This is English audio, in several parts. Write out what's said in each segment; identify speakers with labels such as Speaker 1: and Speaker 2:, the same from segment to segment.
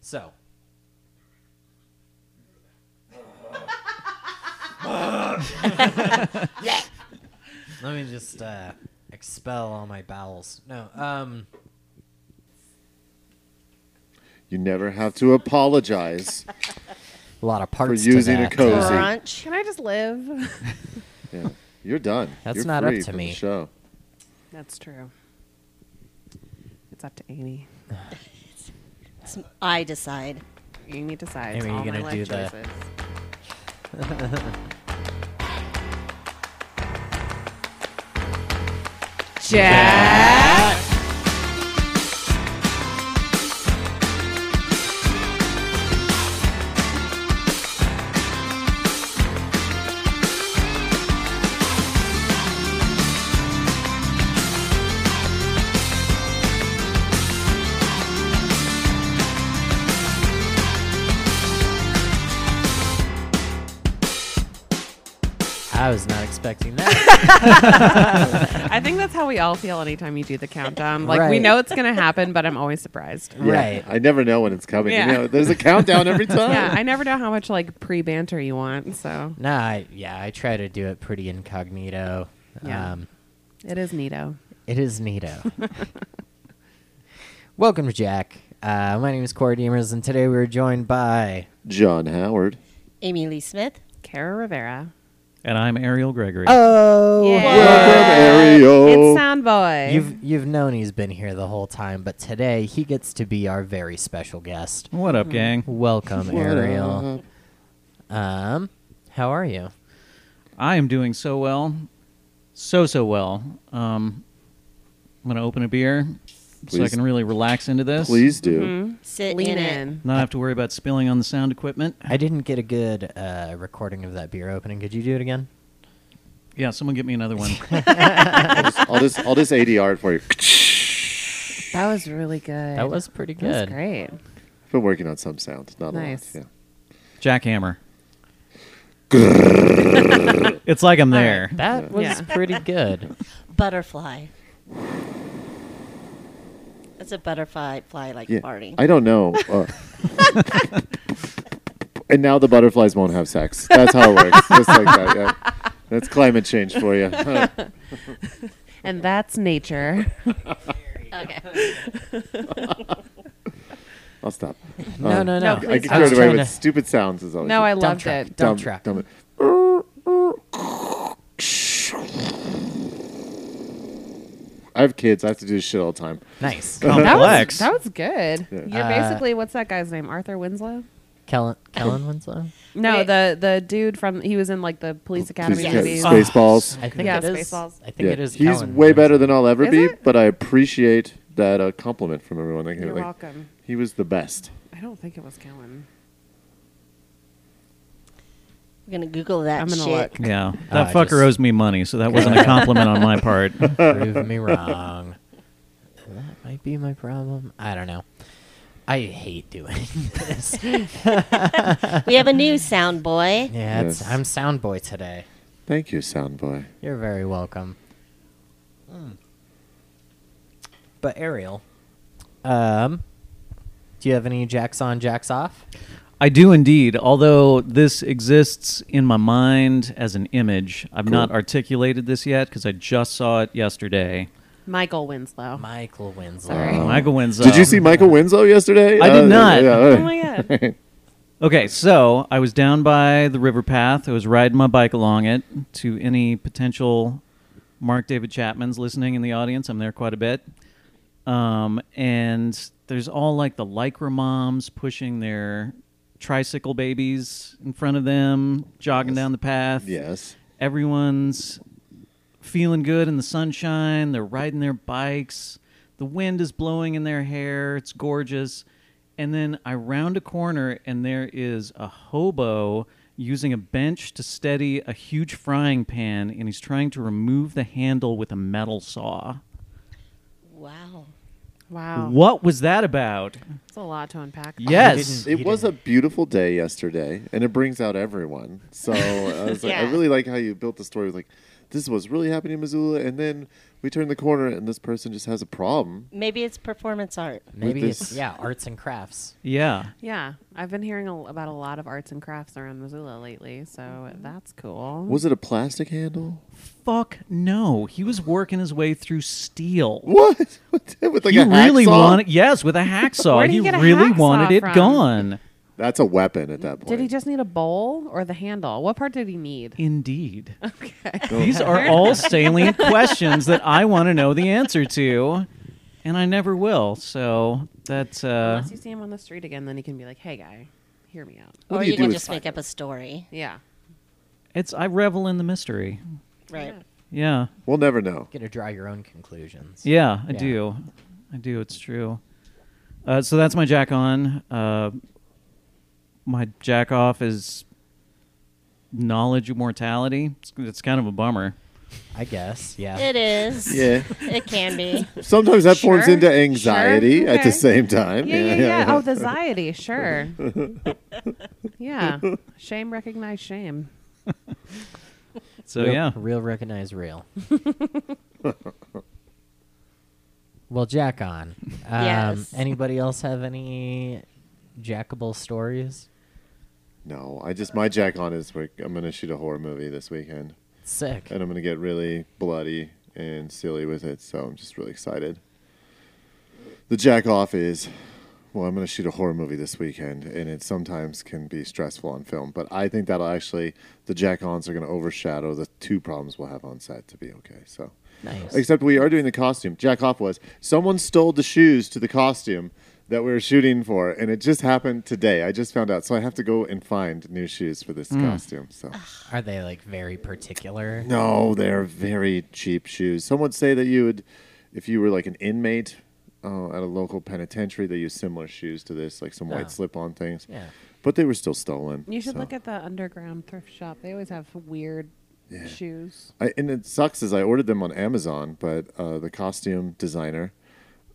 Speaker 1: So. Let me just uh, expel all my bowels. No, um,
Speaker 2: You never have to apologize.
Speaker 1: a lot of parts to
Speaker 2: using a
Speaker 1: that.
Speaker 2: code. Cozy.
Speaker 3: Crunch. Can I just live?
Speaker 2: yeah. You're done.
Speaker 1: That's
Speaker 2: You're
Speaker 1: not up
Speaker 2: free
Speaker 1: to
Speaker 2: from the
Speaker 1: me.
Speaker 2: show.
Speaker 3: That's true. It's up to Amy.
Speaker 4: It's- I decide.
Speaker 3: Amy decides
Speaker 1: Amy, you
Speaker 3: all my
Speaker 1: gonna
Speaker 3: life
Speaker 1: do the-
Speaker 3: choices. Jack.
Speaker 1: I was not expecting that.
Speaker 3: I think that's how we all feel anytime you do the countdown. Like we
Speaker 1: Right.
Speaker 3: know it's gonna happen, but I'm always surprised.
Speaker 2: Yeah,
Speaker 1: Right.
Speaker 2: I never know when it's coming.
Speaker 3: Yeah.
Speaker 2: You know, there's a countdown every time.
Speaker 3: Yeah, I never know how much like pre banter you want, so
Speaker 1: nah, I, yeah, I try to do it pretty incognito.
Speaker 3: Yeah.
Speaker 1: Um,
Speaker 3: it is neato.
Speaker 1: It is neato. Welcome to Jack. Uh, my name is Corey Demers, and today we are joined by
Speaker 2: John Howard.
Speaker 4: Amy Lee Smith.
Speaker 3: Cara Rivera.
Speaker 5: And I'm Ariel Gregory.
Speaker 1: Oh.
Speaker 2: Welcome, Ariel.
Speaker 3: It's Sound Boy.
Speaker 1: You've you've known he's been here the whole time, but today he gets to be our very special guest.
Speaker 5: What
Speaker 3: Mm-hmm.
Speaker 5: up, gang?
Speaker 1: Welcome,
Speaker 2: What
Speaker 1: Ariel.
Speaker 2: up?
Speaker 1: Um, how are you?
Speaker 5: I am doing so well, so so well. Um, I'm gonna open a beer so I
Speaker 2: Please.
Speaker 5: can really relax into this.
Speaker 2: Please do.
Speaker 3: Mm-hmm.
Speaker 4: Sit
Speaker 3: lean
Speaker 4: in, it.
Speaker 3: in.
Speaker 5: Not have to worry about spilling on the sound equipment.
Speaker 1: I didn't get a good uh, recording of that beer opening. Could you do it again?
Speaker 5: Yeah, someone get me another one.
Speaker 2: I'll just I'll just ADR it for you.
Speaker 3: That was really good.
Speaker 1: That was pretty good.
Speaker 3: That was great.
Speaker 2: I've been working on some sound, not
Speaker 3: Nice.
Speaker 2: a lot.
Speaker 5: Jackhammer. it's like I'm there.
Speaker 1: That was
Speaker 3: Yeah.
Speaker 1: pretty good.
Speaker 4: Butterfly. That's a butterfly fly like
Speaker 2: Yeah.
Speaker 4: party.
Speaker 2: yeah. I don't know. Uh, and now the butterflies won't have sex. That's how it works. just like that. Yeah. That's climate change for you.
Speaker 3: And that's nature.
Speaker 4: okay.
Speaker 2: I'll stop.
Speaker 1: No,
Speaker 2: Um,
Speaker 1: no,
Speaker 3: No,
Speaker 1: no.
Speaker 3: please
Speaker 2: I
Speaker 3: stop.
Speaker 2: could
Speaker 1: I
Speaker 2: get
Speaker 1: was
Speaker 2: away
Speaker 1: trying
Speaker 2: with
Speaker 1: to-
Speaker 2: stupid sounds as always.
Speaker 3: no, I
Speaker 2: Just
Speaker 3: loved
Speaker 1: track. Dump
Speaker 3: it.
Speaker 2: dumb-
Speaker 1: track.
Speaker 2: dumb it. I have kids. I have to do this shit all the time.
Speaker 1: Nice.
Speaker 3: That was,
Speaker 5: Complex.
Speaker 3: that was good.
Speaker 2: Yeah.
Speaker 3: You're
Speaker 1: Uh,
Speaker 3: basically what's that guy's name? Arthur Winslow?
Speaker 1: Kellen, Kellen Winslow?
Speaker 3: No,
Speaker 4: Wait.
Speaker 3: the the dude from he was in like the police academy
Speaker 2: Please,
Speaker 4: Academy.
Speaker 3: movies.
Speaker 4: Yes.
Speaker 2: Spaceballs.
Speaker 1: I think
Speaker 3: Yeah,
Speaker 1: it is.
Speaker 3: Spaceballs.
Speaker 1: I think
Speaker 2: Yeah,
Speaker 1: it is.
Speaker 2: He's
Speaker 1: Kellen
Speaker 2: way
Speaker 1: Winslow.
Speaker 2: better than I'll ever
Speaker 3: Is
Speaker 2: be,
Speaker 3: it?
Speaker 2: but I appreciate that uh, compliment from everyone. Like,
Speaker 3: You're
Speaker 2: like,
Speaker 3: welcome.
Speaker 2: He was the best.
Speaker 3: I don't think it was Kellen.
Speaker 4: We're gonna Google that
Speaker 3: I'm gonna
Speaker 4: shit.
Speaker 3: look.
Speaker 5: Yeah,
Speaker 1: Ah,
Speaker 5: that fucker
Speaker 1: just-
Speaker 5: owes me money, so that wasn't a compliment on my part.
Speaker 1: Prove me wrong. That might be my problem. I don't know. I hate doing this. yeah,
Speaker 4: We have a new sound boy.
Speaker 1: it's,
Speaker 2: Yes.
Speaker 1: I'm sound boy today.
Speaker 2: Thank you, Soundboy.
Speaker 1: You're very welcome.
Speaker 2: Hmm.
Speaker 1: Mm. But Ariel, um, do you have any jacks on, jacks off?
Speaker 5: I do indeed. Although this exists in my mind as an image, I've not articulated this yet because I just saw it yesterday.
Speaker 3: Michael Winslow.
Speaker 1: Michael Winslow.
Speaker 3: Sorry.
Speaker 5: Michael Winslow.
Speaker 2: Oh. Did you see Michael Winslow yesterday?
Speaker 5: um,
Speaker 2: Uh,
Speaker 5: I did not.
Speaker 3: Oh my god.
Speaker 5: Okay, so I was down by the river path. I was riding my bike along it. To any potential Mark David Chapman's listening in the audience, I'm there quite a bit. Um, and there's all like the lycra moms pushing their tricycle babies in front of them, jogging down the path.
Speaker 2: Yes.
Speaker 5: everyone's feeling good in the sunshine. They're riding their bikes. The wind is blowing in their hair. It's gorgeous. And then I round a corner, and there is a hobo using a bench to steady a huge frying pan, and he's trying to remove the handle with a metal saw.
Speaker 4: Wow.
Speaker 3: Wow.
Speaker 5: What was that about?
Speaker 3: It's a lot to unpack.
Speaker 5: Yes.
Speaker 1: didn't- He
Speaker 2: It was a beautiful day yesterday, and it brings out everyone. So I was like, I
Speaker 4: Yeah.
Speaker 2: really like how you built the story. It was like, this is what's really happening in Missoula, and then we turn the corner and this person just has a problem.
Speaker 4: Maybe it's performance art.
Speaker 1: Maybe it's
Speaker 2: this-
Speaker 1: yeah, arts and crafts.
Speaker 5: Yeah.
Speaker 3: Yeah, I've been hearing a, about a lot of arts and crafts around Missoula lately, so that's cool.
Speaker 2: Was it a plastic handle?
Speaker 5: Fuck no. He was working his way through steel.
Speaker 2: What? With like
Speaker 5: he
Speaker 2: a
Speaker 5: really
Speaker 2: hacksaw?
Speaker 5: wanted yes, with a hacksaw.
Speaker 3: Where did
Speaker 5: he
Speaker 3: he get a
Speaker 5: really
Speaker 3: hacksaw
Speaker 5: wanted it
Speaker 3: from?
Speaker 5: gone.
Speaker 2: That's a weapon at that point.
Speaker 3: Did he just need a bowl or the handle? What part did he need?
Speaker 5: Indeed.
Speaker 3: Okay.
Speaker 5: These are all salient questions that I want to know the answer to, and I never will. So that's uh,
Speaker 3: Unless you see him on the street again, then he can be like, "Hey, guy, hear me out."
Speaker 2: What
Speaker 4: or
Speaker 2: do you
Speaker 4: you
Speaker 2: do
Speaker 4: can
Speaker 2: with
Speaker 4: just make up a story.
Speaker 3: Yeah.
Speaker 5: it's I revel in the mystery.
Speaker 4: Right.
Speaker 5: Yeah,
Speaker 2: We'll never know.
Speaker 1: Get to draw your own conclusions.
Speaker 5: yeah, I
Speaker 1: Yeah.
Speaker 5: do, I do. It's true. Uh, so that's my jack on. Uh, my jack off is knowledge of mortality. It's, it's kind of a bummer.
Speaker 1: I guess. Yeah.
Speaker 4: It is.
Speaker 2: Yeah.
Speaker 4: It can be.
Speaker 2: Sometimes that forms
Speaker 3: Sure.
Speaker 2: into anxiety
Speaker 3: Sure.
Speaker 2: at the
Speaker 3: Okay.
Speaker 2: same time.
Speaker 3: Yeah, yeah, yeah. Oh, the anxiety, sure. yeah. Shame recognize shame.
Speaker 5: So
Speaker 1: real,
Speaker 5: yeah,
Speaker 1: Real recognize real. well, Jack on. Um,
Speaker 4: Yes.
Speaker 1: Anybody else have any jackable stories?
Speaker 2: No, I just my jack on is like I'm gonna shoot a horror movie this weekend,
Speaker 1: Sick.
Speaker 2: and I'm gonna get really bloody and silly with it. So I'm just really excited. The jack off is, well, I'm gonna shoot a horror movie this weekend, and it sometimes can be stressful on film. But I think that'll actually the jack ons are gonna overshadow the two problems we'll have on set to be okay. So.
Speaker 1: Nice.
Speaker 2: Except we are doing the costume. Jack Hoff was. Someone stole the shoes to the costume that we were shooting for, and it just happened today. I just found out, so I have to go and find new shoes for
Speaker 1: Mm.
Speaker 2: this costume. So
Speaker 1: Are they like very particular?
Speaker 2: no, they're very cheap shoes. Some would say that you would, if you were like an inmate uh, at a local penitentiary, they use similar shoes to this, like some
Speaker 1: Oh.
Speaker 2: white slip-on things.
Speaker 1: Yeah.
Speaker 2: But they were still stolen.
Speaker 3: You should
Speaker 2: so.
Speaker 3: look at the underground thrift shop. They always have weird shoes.
Speaker 2: I, and it sucks is I ordered them on Amazon, but uh, the costume designer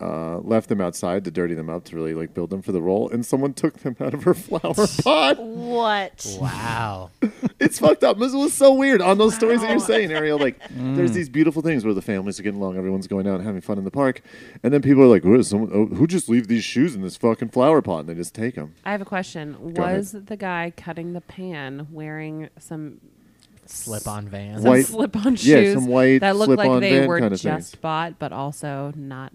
Speaker 2: uh, left them outside to dirty them up to really like build them for the role, and someone took them out of her flower pot.
Speaker 4: What?
Speaker 1: Wow.
Speaker 2: It's fucked up. Missoula's so weird on those stories that you're saying, Ariel. Like, there's these beautiful things where the families are getting along, everyone's going out and having fun in the park, and then people are like, "Who, is someone, oh, who just leave these shoes in this fucking flower pot?" And they just take them.
Speaker 3: I have a question.
Speaker 2: Go ahead.
Speaker 3: Was the guy cutting the pan wearing some
Speaker 1: Slip on vans.
Speaker 3: some
Speaker 2: White-
Speaker 3: slip-on shoes
Speaker 2: yeah, some white
Speaker 3: that looked like
Speaker 2: slip-on
Speaker 3: they
Speaker 2: van
Speaker 3: were
Speaker 2: kinda
Speaker 3: just
Speaker 2: things.
Speaker 3: bought, but also not?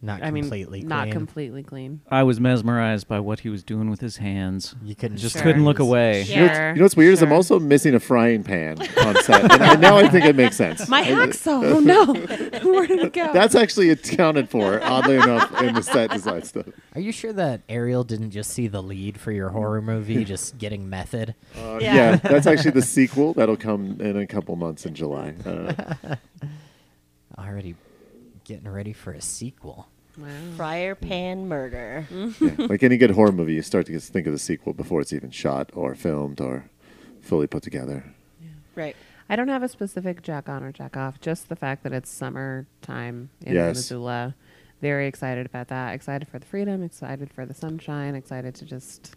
Speaker 1: Not
Speaker 3: I mean,
Speaker 1: completely clean.
Speaker 3: not completely clean.
Speaker 5: I was mesmerized by what he was doing with his hands.
Speaker 1: You couldn't
Speaker 5: just
Speaker 1: Sure.
Speaker 5: couldn't look away.
Speaker 2: You know, what's-
Speaker 3: Sure,
Speaker 2: you know what's weird is I'm
Speaker 3: sure.
Speaker 2: also missing a frying pan on set, and I, now I think it makes sense.
Speaker 3: My
Speaker 2: I-
Speaker 3: hacksaw. Oh no, where did it go?
Speaker 2: That's actually accounted for, oddly enough, in the set design stuff.
Speaker 1: Are you sure that Ariel didn't just see the lead for your horror movie, just getting method?
Speaker 2: Uh, yeah.
Speaker 4: Yeah.
Speaker 2: that's actually the sequel that'll come in a couple months in July. Uh,
Speaker 1: Already getting ready for a sequel.
Speaker 3: wow.
Speaker 4: Fryer pan murder.
Speaker 3: Hmm?
Speaker 2: yeah. Like any good horror movie, you start to get think of the sequel before it's even shot or filmed or fully put together.
Speaker 4: Right.
Speaker 3: I don't have a specific jack on or jack off, just the fact that it's summertime in
Speaker 2: Yes.
Speaker 3: Missoula. Very excited about that. Excited for the freedom, excited for the sunshine, excited to just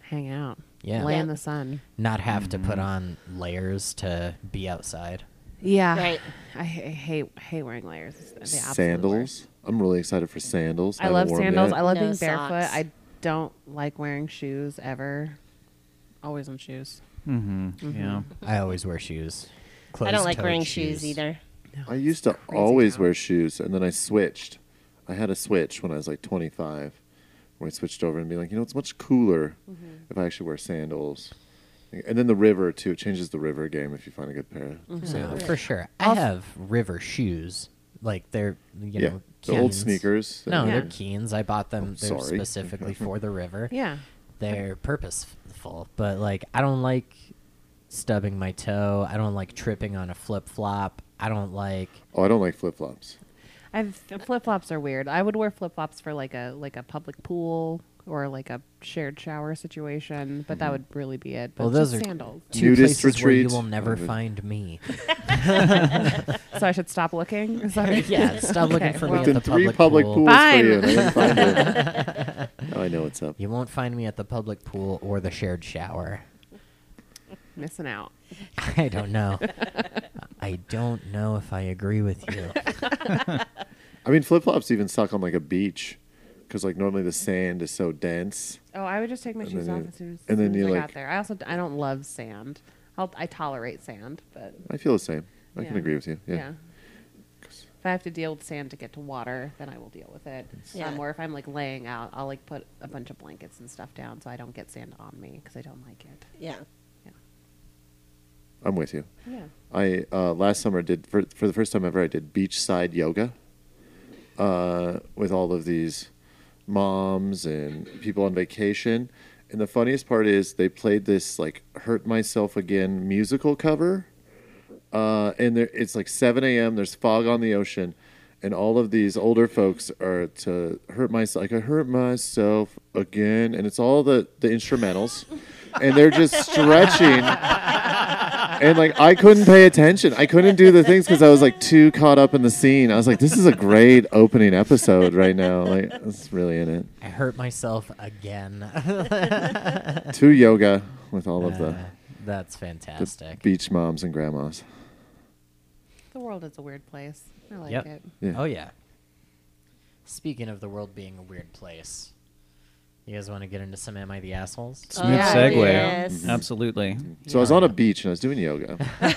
Speaker 3: hang out.
Speaker 1: Yeah.
Speaker 3: Lay in
Speaker 4: Yeah.
Speaker 3: the sun.
Speaker 1: Not have to put on
Speaker 5: Mm-hmm.
Speaker 1: layers to be outside.
Speaker 3: Yeah.
Speaker 4: Right.
Speaker 3: I, ha- hate hate wearing layers. It's the absolute worst.
Speaker 2: Sandals. I'm really excited for sandals.
Speaker 3: I
Speaker 2: haven't
Speaker 3: love
Speaker 2: worn 'em
Speaker 3: sandals.
Speaker 2: yet.
Speaker 3: I love
Speaker 4: No
Speaker 3: being barefoot.
Speaker 4: socks.
Speaker 3: I don't like wearing shoes ever. Always in shoes.
Speaker 5: Mm-hmm. Yeah.
Speaker 1: I always wear shoes.
Speaker 4: I don't like
Speaker 1: Closed-toed
Speaker 4: wearing shoes. either.
Speaker 2: I used to
Speaker 3: crazy
Speaker 2: always
Speaker 3: now.
Speaker 2: wear shoes, and then I switched. I had a switch when I was like 25, where I switched over and be like, you know, it's much cooler
Speaker 3: Mm-hmm.
Speaker 2: if I actually wear sandals. And then the river too. It changes the river game if you find a good pair
Speaker 3: Mm-hmm.
Speaker 2: of
Speaker 1: No,
Speaker 2: sandals.
Speaker 1: for sure. I have river shoes. Like they're you
Speaker 2: yeah,
Speaker 1: know
Speaker 2: the old
Speaker 1: Keens.
Speaker 2: sneakers.
Speaker 1: No,
Speaker 2: and-
Speaker 1: they're
Speaker 3: Yeah.
Speaker 1: Keens. I bought them.
Speaker 2: Oh,
Speaker 1: they're
Speaker 2: sorry.
Speaker 1: specifically for the river.
Speaker 3: Yeah.
Speaker 1: They're purposeful, but like I don't like stubbing my toe. I don't like tripping on a flip flop. I don't like.
Speaker 2: Oh, I don't like flip flops.
Speaker 3: I've flip flops are weird. I would wear flip flops for like a like a public pool or like a shared shower situation,
Speaker 2: Mm-hmm.
Speaker 3: but that would really be it. But
Speaker 1: Well, those
Speaker 3: just
Speaker 1: are-
Speaker 3: sandals.
Speaker 1: Two
Speaker 2: Nudist
Speaker 1: places where you
Speaker 2: retreat.
Speaker 1: will never
Speaker 2: Oh, the-
Speaker 1: find me.
Speaker 3: so I should stop looking. Is that-
Speaker 1: yeah, stop looking
Speaker 3: Okay,
Speaker 1: for
Speaker 3: well-
Speaker 1: me
Speaker 2: Looked
Speaker 1: at
Speaker 2: in
Speaker 1: the
Speaker 2: three
Speaker 1: public,
Speaker 2: public
Speaker 1: pool.
Speaker 2: pools
Speaker 3: Fine.
Speaker 2: for you. and I didn't find you. now I know what's up.
Speaker 1: You won't find me at the public pool or the shared shower.
Speaker 3: missing out.
Speaker 1: I don't know. I don't know if I agree with you.
Speaker 2: I mean, flip flops even suck on like a beach because like normally the sand is so dense.
Speaker 3: Oh, I would just take my
Speaker 2: And
Speaker 3: shoes
Speaker 2: then
Speaker 3: off
Speaker 2: you-
Speaker 3: as soon as,
Speaker 2: and then
Speaker 3: soon
Speaker 2: you,
Speaker 3: as I
Speaker 2: like-
Speaker 3: got there. I also I don't love sand. I'll, I tolerate sand, but
Speaker 2: I feel the same. I can
Speaker 3: Yeah.
Speaker 2: agree with you.
Speaker 3: yeah.
Speaker 2: Yeah.
Speaker 3: If I have to deal with sand to get to water, then I will deal with it.
Speaker 4: Yeah.
Speaker 3: Um, or if I'm like laying out, I'll like put a bunch of blankets and stuff down so I don't get sand on me because I don't like it.
Speaker 4: Yeah.
Speaker 2: I'm with you.
Speaker 3: Yeah.
Speaker 2: I uh, last summer did for for the first time ever I did beachside yoga uh, with all of these moms and people on vacation. And the funniest part is they played this like "Hurt Myself Again" musical cover, uh, and there, it's like 7 a.m. There's fog on the ocean, and all of these older folks are to "Hurt Myself," like I hurt myself again, and it's all the the instrumentals, and they're just stretching and like I couldn't pay attention. I couldn't do the things because I was like too caught up in the scene. I was like, this is a great opening episode right now. Like, it's really in it.
Speaker 1: I hurt myself again.
Speaker 2: To yoga with all of the,
Speaker 1: Uh, that's
Speaker 2: the
Speaker 1: fantastic.
Speaker 2: beach moms and grandmas.
Speaker 3: The world is a weird place. I like
Speaker 1: Yep.
Speaker 3: it.
Speaker 2: Yeah.
Speaker 1: Oh yeah. Speaking of the world being a weird place, you guys want to get into some "Am I the Assholes"?
Speaker 4: Oh,
Speaker 5: Smooth
Speaker 3: yeah.
Speaker 5: segue.
Speaker 3: Oh,
Speaker 4: Yes.
Speaker 5: Absolutely.
Speaker 2: So I was on a beach and I was doing yoga, and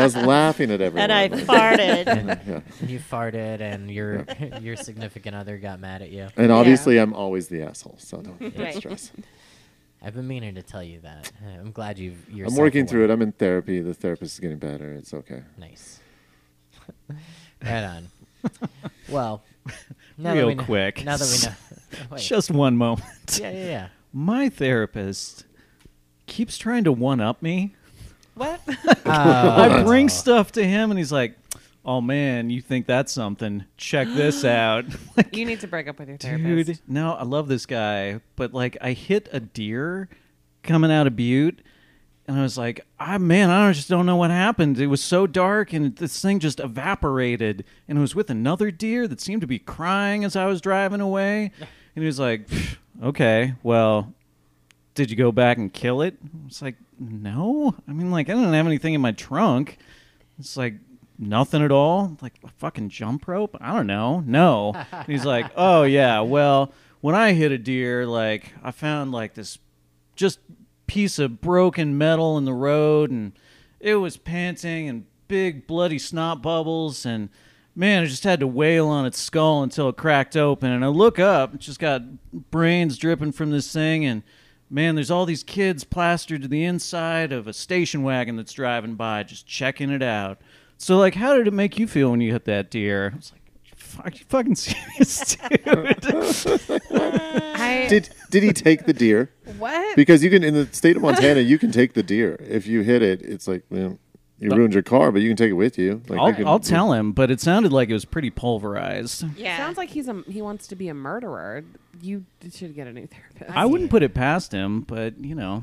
Speaker 2: I was laughing at everyone.
Speaker 4: And I farted.
Speaker 2: yeah.
Speaker 1: You farted, and your your significant other got mad at you.
Speaker 2: And obviously, I'm always the asshole, so don't get
Speaker 4: Right.
Speaker 2: stressed.
Speaker 1: I've been meaning to tell you that. I'm glad you've. You're
Speaker 2: I'm working through it. I'm in therapy. The therapist is getting better. It's okay.
Speaker 1: Nice. right on. well, now that
Speaker 5: Real
Speaker 1: we know,
Speaker 5: quick.
Speaker 1: Now that we know. Wait.
Speaker 5: Just one moment.
Speaker 1: yeah, yeah, yeah.
Speaker 5: My therapist keeps trying to one up me.
Speaker 4: what?
Speaker 5: I bring
Speaker 1: Oh.
Speaker 5: stuff to him, and he's like, "Oh man, you think that's something? Check this out." Like,
Speaker 3: You need to break up with your therapist.
Speaker 5: Dude, no, I love this guy, but like I hit a deer coming out of Butte, and I was like, "Ah, man, I just don't know what happened. It was so dark, and this thing just evaporated." And it was with another deer that seemed to be crying as I was driving away, and he was like, "Pff, "Okay, well." Did you go back and kill it? It's like, no. I mean, like, I don't have anything in my trunk. It's like nothing at all. Like a fucking jump rope. I don't know. No. And he's like, oh yeah. Well, when I hit a deer, like I found like this just piece of broken metal in the road, and it was panting and big bloody snot bubbles, and man, I just had to wail on its skull until it cracked open. And I look up, it's just got brains dripping from this thing, and man, there's all these kids plastered to the inside of a station wagon that's driving by, just checking it out. So, like, how did it make you feel when you hit that deer? I was like, "Fuck, you fucking serious, dude?"
Speaker 3: I,
Speaker 2: Did did he take the deer?
Speaker 3: what?
Speaker 2: because you can in the state of Montana, you can take the deer if you hit it. It's like well, you ruined your car, but you can take it with you. Like you can,
Speaker 5: I'll, I'll tell him, but it sounded like it was pretty pulverized.
Speaker 4: Yeah.
Speaker 3: Sounds like he's a he wants to be a murderer. You should get a new therapist.
Speaker 5: I wouldn't put it past him, but you know,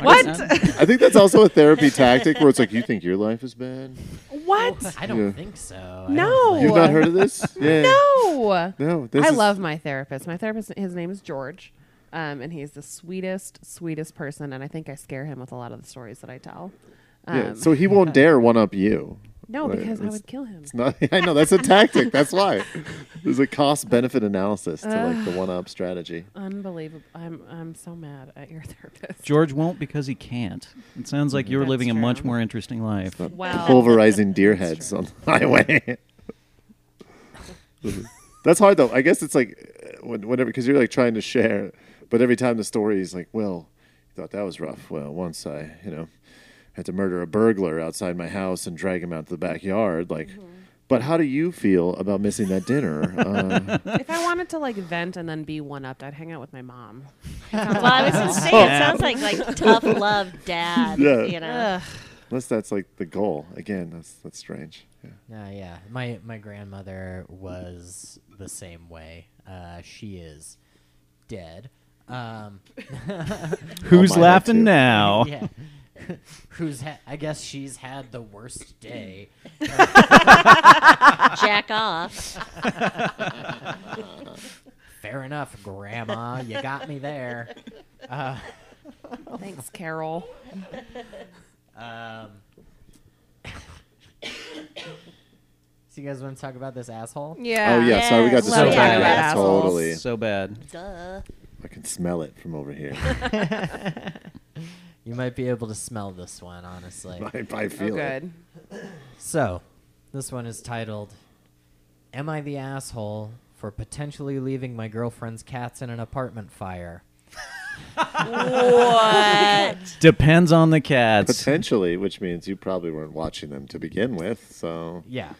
Speaker 3: what?
Speaker 2: I think that's also a therapy tactic where it's like you think your life is bad.
Speaker 3: what?
Speaker 1: I don't
Speaker 2: Yeah.
Speaker 1: think so.
Speaker 3: Oh.
Speaker 1: I don't
Speaker 3: No.
Speaker 2: You've not heard of this? Yeah.
Speaker 3: No.
Speaker 2: No. This
Speaker 3: I
Speaker 2: is-
Speaker 3: love my therapist. My therapist, his name is George, um, and he's the sweetest, sweetest person. And I think I scare him with a lot of the stories that I tell. Um,
Speaker 2: Yeah, so he won't dare one up you.
Speaker 3: no,
Speaker 2: Right,
Speaker 3: because I
Speaker 2: it's-
Speaker 3: would kill him.
Speaker 2: It's not, I know that's a tactic. That's why there's a cost benefit analysis to like the one up strategy.
Speaker 3: Unbelievable. I'm I'm so mad at your therapist.
Speaker 5: George won't because he can't. It sounds like you're
Speaker 3: That's
Speaker 5: living a much
Speaker 3: true.
Speaker 5: more interesting life.
Speaker 3: Wow.
Speaker 2: pulverizing deer heads on the highway. That's hard though. I guess it's like uh, when- whenever because you're like trying to share, but every time the story is like, well, you thought that was rough. Well, once I, you know, had to murder a burglar outside my house and drag him out to the backyard. Like,
Speaker 3: Mm-hmm.
Speaker 2: but how do you feel about missing that dinner? Uh,
Speaker 3: if I wanted to like vent and then be one upped, I'd hang out with my mom.
Speaker 4: well, I was gonna say it sounds like like tough love dad.
Speaker 2: Yeah.
Speaker 4: You know.
Speaker 2: unless that's like the goal. Again, that's that's strange. Yeah.
Speaker 1: Uh, yeah, my my grandmother was the same way. Uh, she is dead. Um,
Speaker 5: Who's
Speaker 2: mine are too.
Speaker 5: laughing now?
Speaker 1: yeah, who's ha- I guess she's had the worst day.
Speaker 4: Jack off.
Speaker 1: Fair enough, Grandma. You got me there.
Speaker 3: Thanks, Carol.
Speaker 1: Um, So you guys want to talk about this asshole?
Speaker 3: Yeah.
Speaker 2: Oh yeah, sorry we got
Speaker 4: Yes,
Speaker 5: love
Speaker 2: distracted.
Speaker 5: talking about
Speaker 3: assholes.
Speaker 2: totally.
Speaker 5: So bad.
Speaker 4: Duh.
Speaker 2: I can smell it from over here.
Speaker 1: You might be able to smell this one, honestly.
Speaker 2: I, I
Speaker 3: Oh,
Speaker 2: feel it.
Speaker 3: good.
Speaker 1: So, this one is titled Am I the Asshole for Potentially Leaving My Girlfriend's Cats in an Apartment Fire?
Speaker 4: What?
Speaker 5: Depends on the cats.
Speaker 2: Potentially, which means you probably weren't watching them to begin with. So,
Speaker 1: Yeah.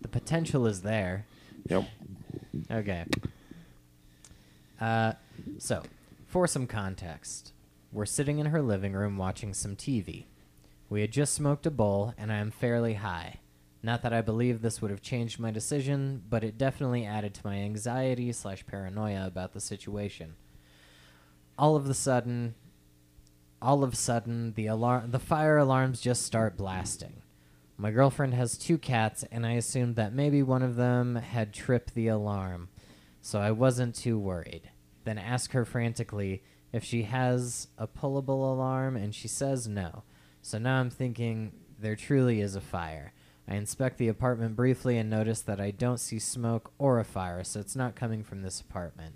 Speaker 1: The potential is there.
Speaker 2: yep.
Speaker 1: Okay. Uh, so, for some context, we're sitting in her living room watching some TV. We had just smoked a bowl, and I am fairly high. Not that I believe this would have changed my decision, but it definitely added to my anxiety slash paranoia about the situation. All of the sudden, all of a sudden, the alarm, the fire alarms just start blasting. My girlfriend has two cats, and I assumed that maybe one of them had tripped the alarm, so I wasn't too worried. Then ask her frantically if she has a pullable alarm, and she says no. So now I'm thinking there truly is a fire. I inspect the apartment briefly and notice that I don't see smoke or a fire, so it's not coming from this apartment.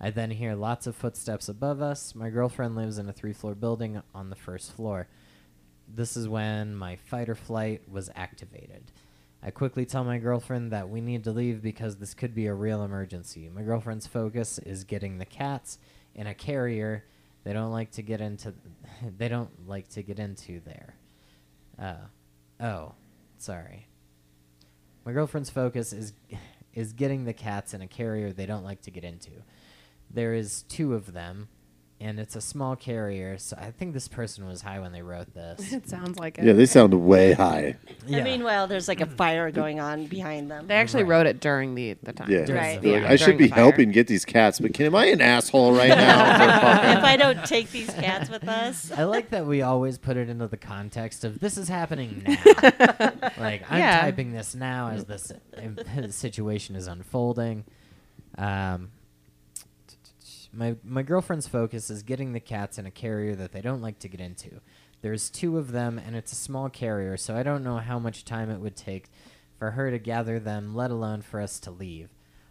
Speaker 1: I then hear lots of footsteps above us. My girlfriend lives in a three floor building on the first floor. This is when my fight or flight was activated. I quickly tell my girlfriend that we need to leave because this could be a real emergency. My girlfriend's focus is getting the cats in a carrier. They don't like to get into. They don't like to get into there. Uh, oh, sorry. My girlfriend's focus is is getting the cats in a carrier they don't like to get into. There is two of them, and it's a small carrier. So I think this person was high when they wrote this.
Speaker 3: It sounds like it.
Speaker 2: Yeah, they sound way high.
Speaker 4: And meanwhile, there's like a fire going on behind them.
Speaker 3: They actually wrote it during the the time.
Speaker 2: Yeah.
Speaker 4: Right,
Speaker 2: They're like,
Speaker 4: yeah,
Speaker 2: I should
Speaker 3: during
Speaker 2: be
Speaker 3: the fire.
Speaker 2: helping get these cats, but can am I an asshole right now? for fucking-
Speaker 4: if I don't take these cats with us,
Speaker 1: I like that we always put it into the context of this is happening now. like I'm
Speaker 3: Yeah.
Speaker 1: typing this now as this uh, situation is unfolding. Um, my my girlfriend's focus is getting the cats in a carrier that they don't like to get into. There's two of them, and it's a small carrier, so I don't know how much time it would take for her to gather them, let alone for us to leave.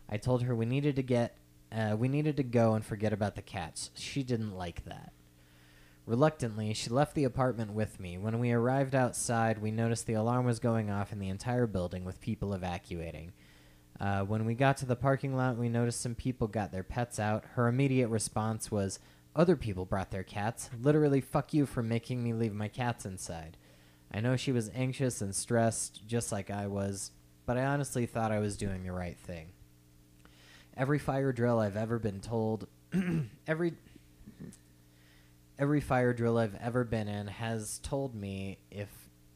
Speaker 1: I told her we needed to get, uh, we needed to go and forget about the cats. She didn't like that. Reluctantly, she left the apartment with me. When we arrived outside, we noticed the alarm was going off in the entire building with people evacuating. Uh, when we got to the parking lot, we noticed some people got their pets out. Her immediate response was, Other people brought their cats. Literally, fuck you for making me leave my cats inside. I know she was anxious and stressed, just like I was, but I honestly thought I was doing the right thing. Every fire drill I've ever been told, every every fire drill I've ever been in has told me if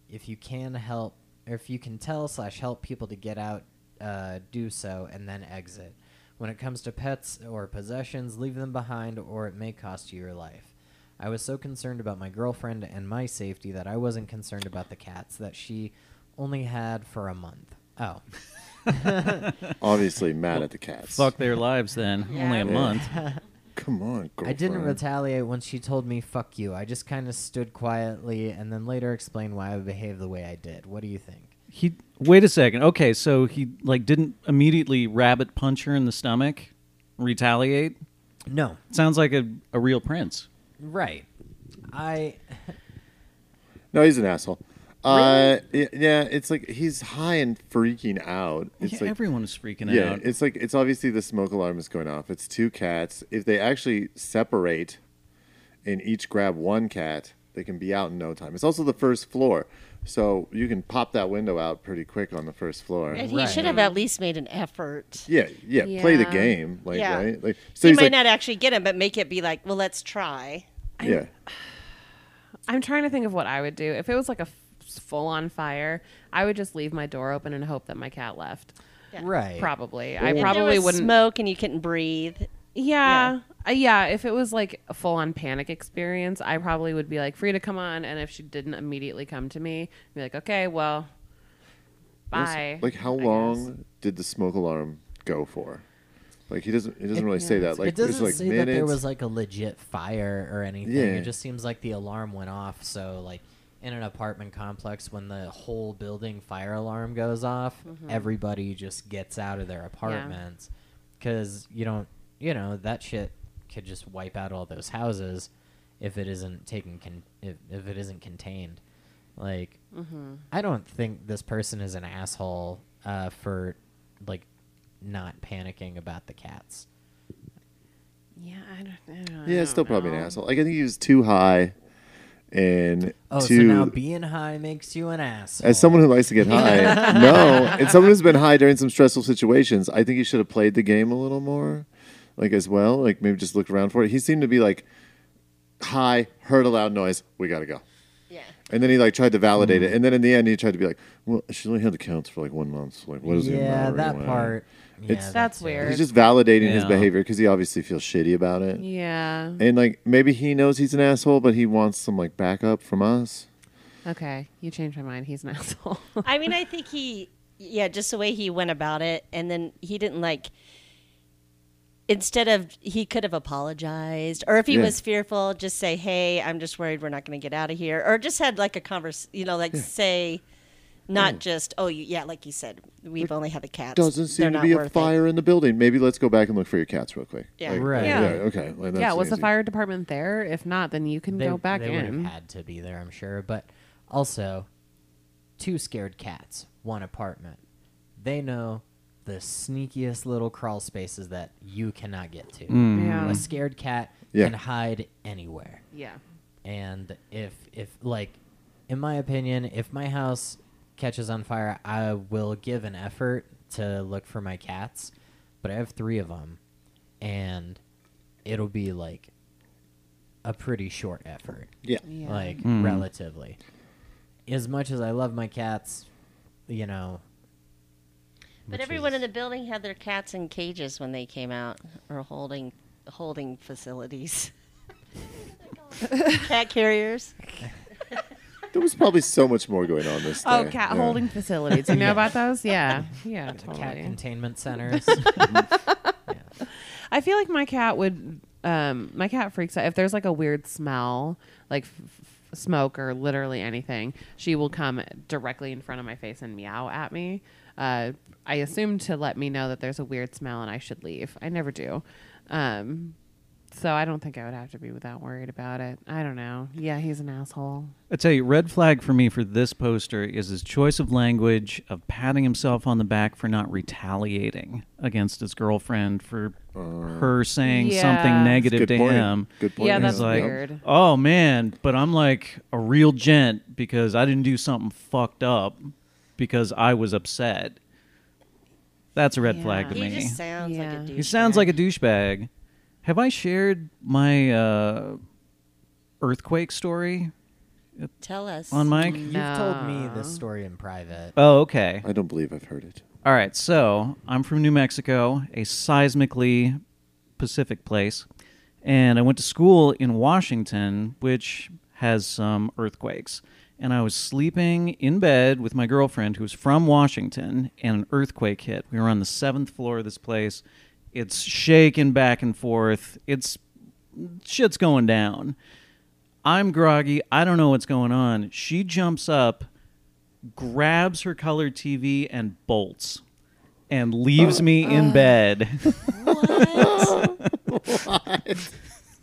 Speaker 1: if you can help or if you can tell slash help people to get out, uh, do so and then exit. When it comes to pets or possessions, leave them behind or it may cost you your life. I was so concerned about my girlfriend and my safety that I wasn't concerned about the cats that she only had for a month. Oh.
Speaker 2: Obviously, mad at the cats.
Speaker 5: Fuck their lives then. Only a
Speaker 2: Yeah.
Speaker 5: month.
Speaker 2: Come on, girlfriend.
Speaker 1: I didn't retaliate when she told me "fuck you." I just kind of stood quietly and then later explained why I behaved the way I did. What do you think?
Speaker 5: He wait a second. Okay, so he like didn't immediately rabbit punch her in the stomach, retaliate.
Speaker 1: No,
Speaker 5: Sounds like a, a real prince.
Speaker 1: right. I
Speaker 2: No, he's an asshole. Uh, y- yeah, it's like he's high and freaking out. It's
Speaker 5: yeah,
Speaker 2: like
Speaker 5: everyone is freaking
Speaker 2: yeah,
Speaker 5: out.
Speaker 2: it's like it's obviously the smoke alarm is going off. It's two cats. If they actually separate and each grab one cat, they can be out in no time. It's also the first floor, so you can pop that window out pretty quick on the first floor.
Speaker 4: and he
Speaker 1: Right.
Speaker 4: should have at least made an effort.
Speaker 2: Yeah, yeah, play the
Speaker 3: Yeah.
Speaker 2: game, like
Speaker 4: Yeah.
Speaker 2: right, like so
Speaker 4: He
Speaker 2: he's
Speaker 4: might
Speaker 2: like,
Speaker 4: not actually get him, but make it be like, well, let's try.
Speaker 2: yeah,
Speaker 3: I'm trying to think of what I would do if it was like a full on fire. I would just leave my door open and hope that my cat left.
Speaker 4: Yeah.
Speaker 1: right.
Speaker 3: Probably. I
Speaker 4: If there
Speaker 3: probably
Speaker 4: was
Speaker 3: wouldn't.
Speaker 4: smoke and you couldn't breathe.
Speaker 3: Yeah. Uh, yeah. If it was like a full on panic experience, I probably would be like, free to come on. And if she didn't immediately come to me, I'd be like, okay, well,
Speaker 2: Also,
Speaker 3: bye.
Speaker 2: Like how
Speaker 3: I guess.
Speaker 2: long did the smoke alarm go for? Like he doesn't he doesn't really say that. Like
Speaker 1: it doesn't
Speaker 2: it's like
Speaker 1: say
Speaker 2: minutes.
Speaker 1: that there was like a legit fire or anything.
Speaker 2: Yeah.
Speaker 1: It just seems like the alarm went off, so like in an apartment complex when the whole building fire alarm goes off, everybody just gets out of their apartments because you don't, you know, that shit could just wipe out all those houses if it isn't taken con- if, if it isn't contained. Like, I don't think this person is an asshole uh, for like not panicking about the cats.
Speaker 4: Yeah, I don't, I don't
Speaker 2: Yeah, it's still probably an
Speaker 4: know.
Speaker 2: asshole. Like I think he was too high, and
Speaker 1: Oh, so
Speaker 2: too.
Speaker 1: now being high makes you an asshole.
Speaker 2: as someone who likes to get high, no, and someone who's been high during some stressful situations, I think he should have played the game a little more, like as well, like maybe just looked around for it. He seemed to be like high, heard a loud noise, we gotta go.
Speaker 4: Yeah.
Speaker 2: And then he like tried to validate
Speaker 1: Mm.
Speaker 2: it, and then in the end he tried to be like, "Well, she only had the counts for like one month. So, like, what does it
Speaker 1: yeah,
Speaker 2: matter?"
Speaker 1: that
Speaker 2: anyway?"
Speaker 1: part. Yeah,
Speaker 2: It's-
Speaker 3: That's
Speaker 1: it.
Speaker 3: weird.
Speaker 2: He's just validating his
Speaker 5: Yeah.
Speaker 2: behavior because he obviously feels shitty about it.
Speaker 3: Yeah.
Speaker 2: And like maybe he knows he's an asshole, but he wants some like backup from us.
Speaker 3: Okay. You changed my mind. He's an asshole.
Speaker 4: I mean, I think he, yeah, just the way he went about it, and then he didn't like. Instead of he could have apologized, or if he
Speaker 2: Yeah.
Speaker 4: was fearful, just say, "Hey, I'm just worried we're not going to get out of here," or just had like a converse, you know, like say, not just, "Oh, you, yeah," like you said, we've only had the cats.
Speaker 2: Doesn't
Speaker 4: They're
Speaker 2: seem to
Speaker 4: not
Speaker 2: be a
Speaker 4: worth it."
Speaker 2: fire in the building. Maybe let's go back and look for your cats real quick.
Speaker 4: Yeah.
Speaker 2: Like,
Speaker 1: Right.
Speaker 2: Yeah.
Speaker 3: Yeah.
Speaker 2: okay. Like, that's
Speaker 3: yeah. Was the
Speaker 2: easy.
Speaker 3: fire department there? If not, then you can
Speaker 1: They,
Speaker 3: go back
Speaker 1: they would
Speaker 3: in.
Speaker 1: have had to be there, I'm sure. But also, two scared cats, one apartment. They know the sneakiest little crawl spaces that you cannot get to.
Speaker 3: Yeah.
Speaker 1: A scared cat
Speaker 2: Mm. Yeah.
Speaker 1: can hide anywhere.
Speaker 3: Yeah.
Speaker 1: and if if like in my opinion if my house catches on fire i will give an effort to look for my cats but i have three of them and it'll be like a pretty short effort
Speaker 2: Yeah.
Speaker 3: Yeah.
Speaker 1: like
Speaker 5: Hmm.
Speaker 1: relatively as much as i love my cats you know
Speaker 4: But
Speaker 1: which
Speaker 4: everyone
Speaker 1: is-
Speaker 4: in the building had their cats in cages when they came out, or holding holding facilities. Cat carriers.
Speaker 2: There was probably so much more going on this day.
Speaker 3: Oh, cat
Speaker 2: Yeah.
Speaker 3: holding facilities. You know about those? Yeah. Yeah. Totally.
Speaker 1: cat containment centers
Speaker 3: I feel like my cat would. Um, my cat freaks out if there's like a weird smell, like f- f- smoke or literally anything. She will come directly in front of my face and meow at me. Uh, I assume to let me know that there's a weird smell and I should leave. I never do. Um, so I don't think I would have to be that worried about it. I don't know. Yeah, he's an asshole.
Speaker 5: I tell you, red flag for me for this poster is his choice of language of patting himself on the back for not retaliating against his girlfriend for her saying
Speaker 3: Yeah.
Speaker 5: something negative
Speaker 2: Uh, Good
Speaker 5: to
Speaker 2: point.
Speaker 5: him.
Speaker 2: Good point.
Speaker 3: Yeah,
Speaker 5: And
Speaker 3: that's
Speaker 5: it's like,
Speaker 3: weird.
Speaker 5: Oh man, but I'm like a real gent because I didn't do something fucked up because I was upset. That's a red
Speaker 3: Yeah.
Speaker 5: flag to
Speaker 3: He
Speaker 4: He
Speaker 5: me.
Speaker 4: just sounds like a
Speaker 3: Yeah.
Speaker 4: douche.
Speaker 5: He sounds like a douchebag. Have I shared my uh, earthquake story
Speaker 4: Tell us.
Speaker 5: on Mike?
Speaker 3: Mm.
Speaker 1: you've told me this story in private
Speaker 5: Oh, okay.
Speaker 2: I don't believe I've heard it.
Speaker 5: All right, so I'm from New Mexico, a seismically Pacific place, and I went to school in Washington, which has some earthquakes. And I was sleeping in bed with my girlfriend, who was from Washington, and an earthquake hit. We were on the seventh floor of this place. It's shaking back and forth. It's shit's going down. I'm groggy. I don't know what's going on. She jumps up, grabs her color TV, and bolts and leaves me in bed.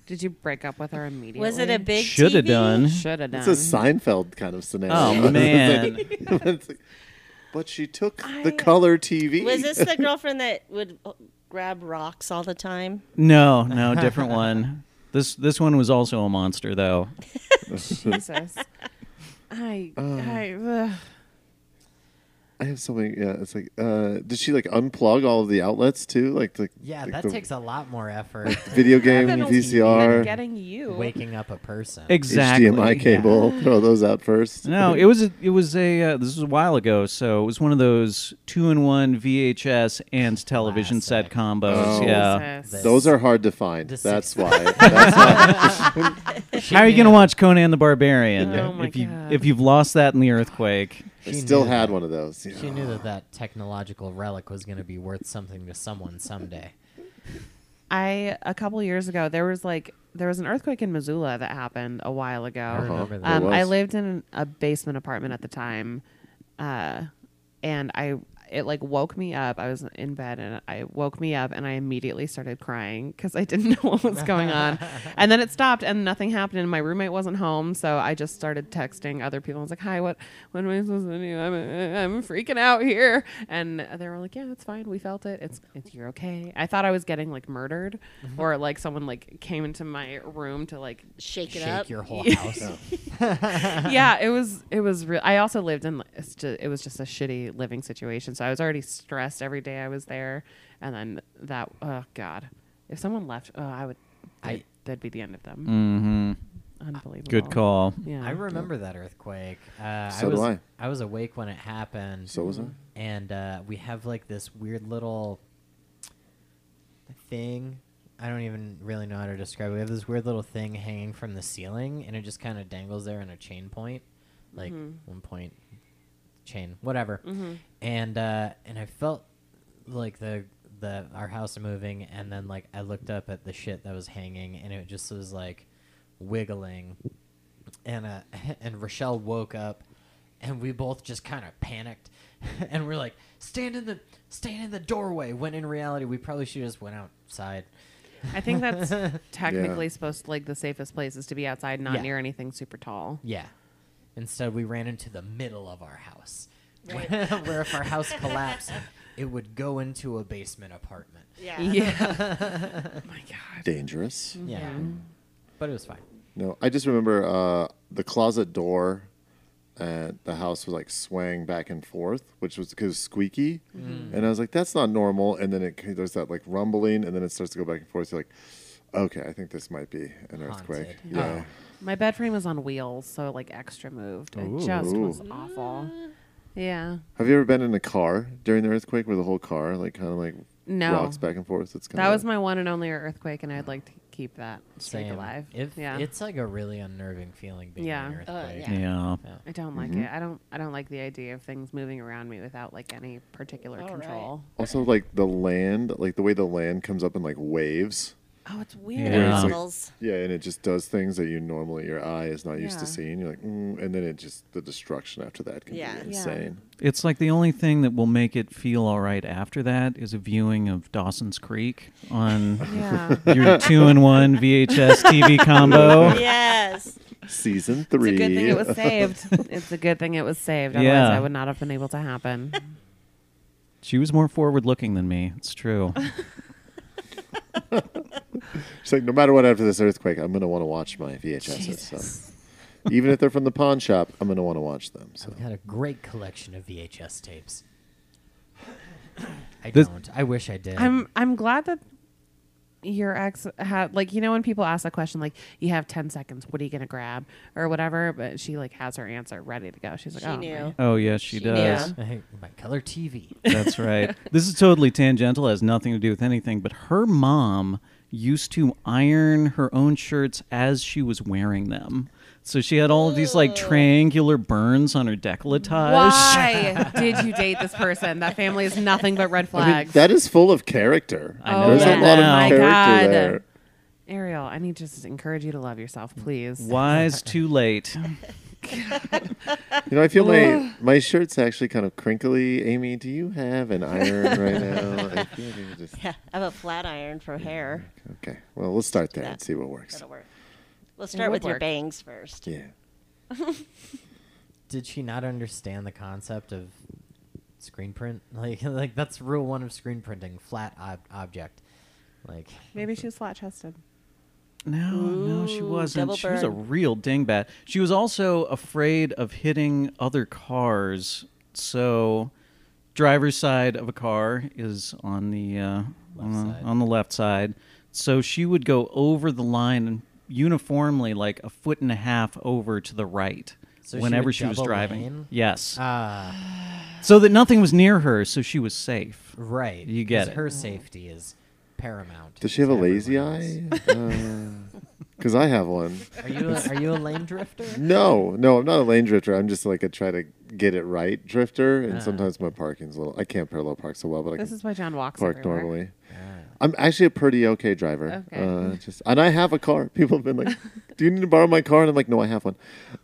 Speaker 3: Did you break up with her immediately?
Speaker 4: Was it a big
Speaker 5: Should have
Speaker 4: TV?
Speaker 5: done.
Speaker 3: Should have done.
Speaker 2: It's a
Speaker 3: Um,
Speaker 2: Seinfeld kind of scenario.
Speaker 5: Oh, man.
Speaker 2: It's like, but she took the color TV.
Speaker 4: Was this the girlfriend that would uh, grab rocks all the time?
Speaker 5: No, no, different one. This this one was also a monster though.
Speaker 3: Jesus. I.
Speaker 2: Uh.
Speaker 3: I. ugh.
Speaker 2: I have something. Yeah, it's like, uh, did she like unplug all of the outlets too? Like, like
Speaker 1: yeah
Speaker 2: like
Speaker 1: that
Speaker 2: the
Speaker 1: takes a lot more effort
Speaker 2: video game,
Speaker 3: Than
Speaker 2: VCR.
Speaker 3: Getting you.
Speaker 1: waking up a person
Speaker 5: Exactly.
Speaker 2: HDMI cable. Throw those out first.
Speaker 5: No, it was a, it was a uh, this was a while ago, so it was one of those two in one VHS and television set combos.
Speaker 2: Oh.
Speaker 5: Yeah.
Speaker 3: Jesus.
Speaker 2: Those are hard to find.
Speaker 1: The six-
Speaker 2: That's why. That's
Speaker 5: How are you gonna watch Conan the Barbarian
Speaker 3: Oh my
Speaker 5: if you
Speaker 3: God.
Speaker 5: if you've lost that in the earthquake?
Speaker 2: I
Speaker 1: She
Speaker 2: still
Speaker 1: knew
Speaker 2: had
Speaker 1: that-
Speaker 2: one of those. you
Speaker 1: She
Speaker 2: know.
Speaker 1: knew that that technological relic was going to be worth something to someone someday.
Speaker 3: I a couple years ago there was like there was an earthquake in Missoula that happened a while ago.
Speaker 1: I remember that.
Speaker 3: Um,
Speaker 2: There
Speaker 3: I
Speaker 2: was.
Speaker 3: lived in a basement apartment at the time, uh, and I it like woke me up. I was in bed and I woke me up and I immediately started crying because I didn't know what was going on. and then it stopped and nothing happened. And my roommate wasn't home, so I just started texting other people. I was like, "Hi, what? What am I supposed to do? I'm I'm freaking out here." And they were like, "Yeah, it's fine. We felt it. It's it's you're okay." I thought I was getting like murdered or like someone like came into my room to like
Speaker 4: Shake it
Speaker 1: Shake
Speaker 4: up.
Speaker 1: your whole house.
Speaker 3: yeah, it was it was real. I also lived in it's ju- it was just a shitty living situation, so I was already stressed every day I was there, and then that oh god, if someone left, oh I would, I
Speaker 1: I-
Speaker 3: that'd be the end of them.
Speaker 5: Mm-hmm.
Speaker 3: Unbelievable.
Speaker 5: Good call.
Speaker 3: Yeah,
Speaker 1: I remember that earthquake. Uh,
Speaker 2: So
Speaker 1: I was,
Speaker 2: do I.
Speaker 1: I was awake when it happened.
Speaker 2: So was I.
Speaker 1: and uh, we have like this weird little thing. I don't even really know how to describe it. We have this weird little thing hanging from the ceiling, and it just kind of dangles there in a chain point, like one point chain, whatever. And uh, and I felt like the the our house moving, and then like I looked up at the shit that was hanging, and it just was like wiggling and uh, and Rochelle woke up, and we both just kind of panicked, and we're like, "Stand in the stand in the doorway." When in reality, we probably should have just went outside.
Speaker 3: I think that's technically supposed to like the safest place is to be outside, not
Speaker 1: Yeah.
Speaker 3: near anything super tall.
Speaker 1: Yeah. Instead, we ran into the middle of our house, where if our house collapsed, it would go into a basement apartment.
Speaker 4: Yeah.
Speaker 3: Yeah.
Speaker 2: Dangerous.
Speaker 1: Yeah, but it was fine.
Speaker 2: No, I just remember uh, the closet door at the house was like swaying back and forth, which was because squeaky,
Speaker 1: Mm.
Speaker 2: and I was like, "That's not normal." And then it there's that like rumbling, and then it starts to go back and forth. You're like, "Okay, I think this might be an earthquake."
Speaker 1: Haunted. Oh.
Speaker 2: Yeah,
Speaker 3: My bed frame was on wheels, so like extra moved. It just was awful. Yeah.
Speaker 2: have you ever been in a car during the earthquake where the whole car like kind of like
Speaker 3: No.
Speaker 2: rocks back and forth? It's kind
Speaker 3: That
Speaker 2: of
Speaker 3: was my one and only earthquake, and I'd like to keep that streak
Speaker 1: Same.
Speaker 3: alive.
Speaker 1: If-
Speaker 3: yeah,
Speaker 1: it's like a really unnerving feeling being
Speaker 3: Yeah.
Speaker 1: in an
Speaker 4: Oh,
Speaker 1: earthquake.
Speaker 4: Yeah.
Speaker 5: Yeah.
Speaker 3: I don't like
Speaker 2: Mm-hmm.
Speaker 3: it. I don't. I don't like the idea of things moving around me without like any particular
Speaker 4: All right.
Speaker 3: control.
Speaker 2: also like the land, like the way the land comes up in like waves.
Speaker 3: Oh, it's weird.
Speaker 5: Yeah.
Speaker 2: It's like-
Speaker 4: Animals.
Speaker 2: Yeah, and it just does things that you normally your eye is not used to
Speaker 3: Yeah.
Speaker 2: seeing. You're like, mm, and then it just the destruction after that can
Speaker 4: Yeah.
Speaker 2: be
Speaker 4: Yeah.
Speaker 2: insane.
Speaker 5: It's like the only thing that will make it feel all right after that is a viewing of Dawson's Creek on
Speaker 3: Yeah.
Speaker 5: your two in one VHS TV combo.
Speaker 4: Yes.
Speaker 2: Season
Speaker 3: It's
Speaker 2: three.
Speaker 3: a good thing it was saved. It's a good thing it was saved. Otherwise,
Speaker 5: Yeah.
Speaker 3: I would not have been able to happen.
Speaker 5: She was more forward looking than me. It's true.
Speaker 2: She's like, no matter what after this earthquake, I'm gonna want to watch my VHSs. So. Even if they're from the pawn shop, I'm gonna want to watch them. So
Speaker 1: I've got a great collection of VHS tapes. I
Speaker 5: This-
Speaker 1: don't. I wish I did.
Speaker 3: I'm. I'm glad that your ex had like you know when people ask that question like you have 10 seconds what are you gonna grab or whatever but she like has her answer ready to go she's like
Speaker 4: She
Speaker 3: oh
Speaker 4: knew.
Speaker 3: right.
Speaker 5: Oh, yes, she
Speaker 4: She
Speaker 5: does.
Speaker 1: my color TV.
Speaker 5: That's right. This is totally tangential, has nothing to do with anything, but her mom used to iron her own shirts as she was wearing them. So she had all of these like triangular burns on her decolletage.
Speaker 3: Why did you date this person? That family is nothing but red
Speaker 2: I mean,
Speaker 3: flags. Oh,
Speaker 2: that is full of character.
Speaker 5: I know
Speaker 2: There's
Speaker 5: that
Speaker 2: a lot
Speaker 5: now.
Speaker 2: of
Speaker 5: My
Speaker 2: character
Speaker 3: God.
Speaker 2: there.
Speaker 3: Ariel, I need to just encourage you to love yourself, please.
Speaker 5: Wise too late.
Speaker 2: You know, I feel my my shirt's actually kind of crinkly. Amy, do you have an iron right now? I feel like I just-
Speaker 4: I have a flat iron for hair.
Speaker 2: okay. Well, let's start there and see what works.
Speaker 4: That'll work. We'll start with
Speaker 3: would
Speaker 4: your
Speaker 3: work.
Speaker 4: bangs first.
Speaker 2: Yeah.
Speaker 1: Did she not understand the concept of screen print? Like, like that's rule one of screen printing: flat ob- object. Like,
Speaker 3: Maybe she was flat chested.
Speaker 5: No, no, she
Speaker 4: Ooh,
Speaker 5: wasn't.
Speaker 4: double
Speaker 5: She was a
Speaker 4: burn.
Speaker 5: real dingbat. She was also afraid of hitting other cars. So, driver's side of a car is on the uh, on, the-
Speaker 1: side.
Speaker 5: on the left side. So she would go over the line uniformly, like a foot and a half over to the right.
Speaker 1: So she
Speaker 5: whenever
Speaker 1: would
Speaker 5: she was
Speaker 1: double
Speaker 5: driving,
Speaker 1: lane?
Speaker 5: yes,
Speaker 1: ah,
Speaker 5: so that nothing was near her, so she was safe.
Speaker 1: right.
Speaker 5: You get
Speaker 1: 'cause
Speaker 5: it.
Speaker 1: Her safety is paramount.
Speaker 2: Does she have a
Speaker 1: to
Speaker 2: lazy eye?
Speaker 1: everyone
Speaker 2: Because I have one.
Speaker 1: else. Are you a, are you a lane drifter?
Speaker 2: No, no, I'm not a lane drifter. I'm just like a try to get it right drifter. And sometimes my parking's a little. I can't parallel park so well, but I
Speaker 3: This
Speaker 2: can
Speaker 3: is why John walks
Speaker 2: park
Speaker 3: everywhere.
Speaker 2: normally.
Speaker 1: Ah.
Speaker 2: I'm actually a pretty okay driver.
Speaker 3: Okay.
Speaker 2: Uh, just and I have a car. People have been like, "Do you need to borrow my car?" And I'm like, "No, I have one."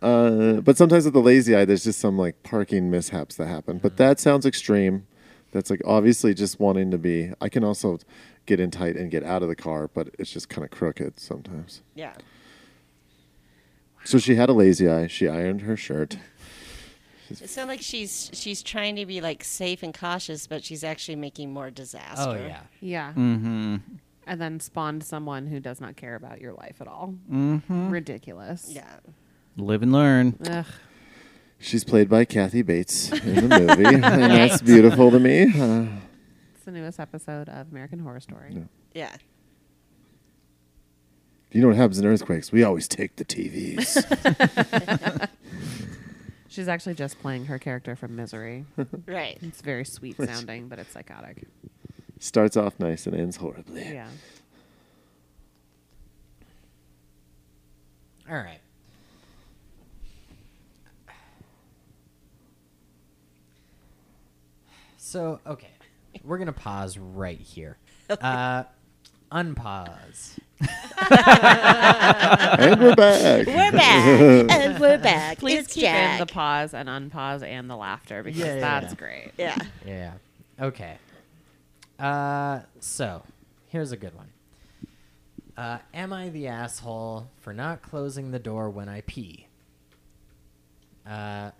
Speaker 2: Uh, but sometimes with the lazy eye, there's just some like parking mishaps that happen. But that sounds extreme. That's like obviously just wanting to be. I can also get in tight and get out of the car, but it's just kind of crooked sometimes.
Speaker 4: Yeah.
Speaker 2: So she had a lazy eye. She ironed her shirt.
Speaker 4: It sounds like she's she's trying to be like safe and cautious, but she's actually making more disaster.
Speaker 1: Oh yeah.
Speaker 3: Yeah.
Speaker 5: Mm-hmm.
Speaker 3: And then spawned someone who does not care about your life at all.
Speaker 5: Mm-hmm.
Speaker 3: Ridiculous.
Speaker 4: Yeah.
Speaker 5: Live and learn.
Speaker 3: Ugh.
Speaker 2: She's played by Kathy Bates in the movie, and that's beautiful to me. Uh,
Speaker 3: It's the newest episode of American Horror Story.
Speaker 2: Yeah.
Speaker 4: Yeah.
Speaker 2: you know what happens in earthquakes? We always take the TVs.
Speaker 3: She's actually just playing her character from Misery.
Speaker 4: Right.
Speaker 3: it's very sweet sounding, but it's psychotic.
Speaker 2: Starts off nice and ends horribly.
Speaker 3: Yeah.
Speaker 1: All right. So, okay. We're going to pause right here. Uh, unpause.
Speaker 2: And we're back.
Speaker 4: We're back. and we're back.
Speaker 3: Please
Speaker 4: it's
Speaker 3: keep
Speaker 4: Jack.
Speaker 3: in the pause and unpause and the laughter because
Speaker 1: Yeah, yeah,
Speaker 3: that's
Speaker 1: yeah.
Speaker 3: great.
Speaker 4: yeah.
Speaker 1: Yeah. Okay. Uh, so, here's a good one. Uh, am I the asshole for not closing the door when I pee? Uh,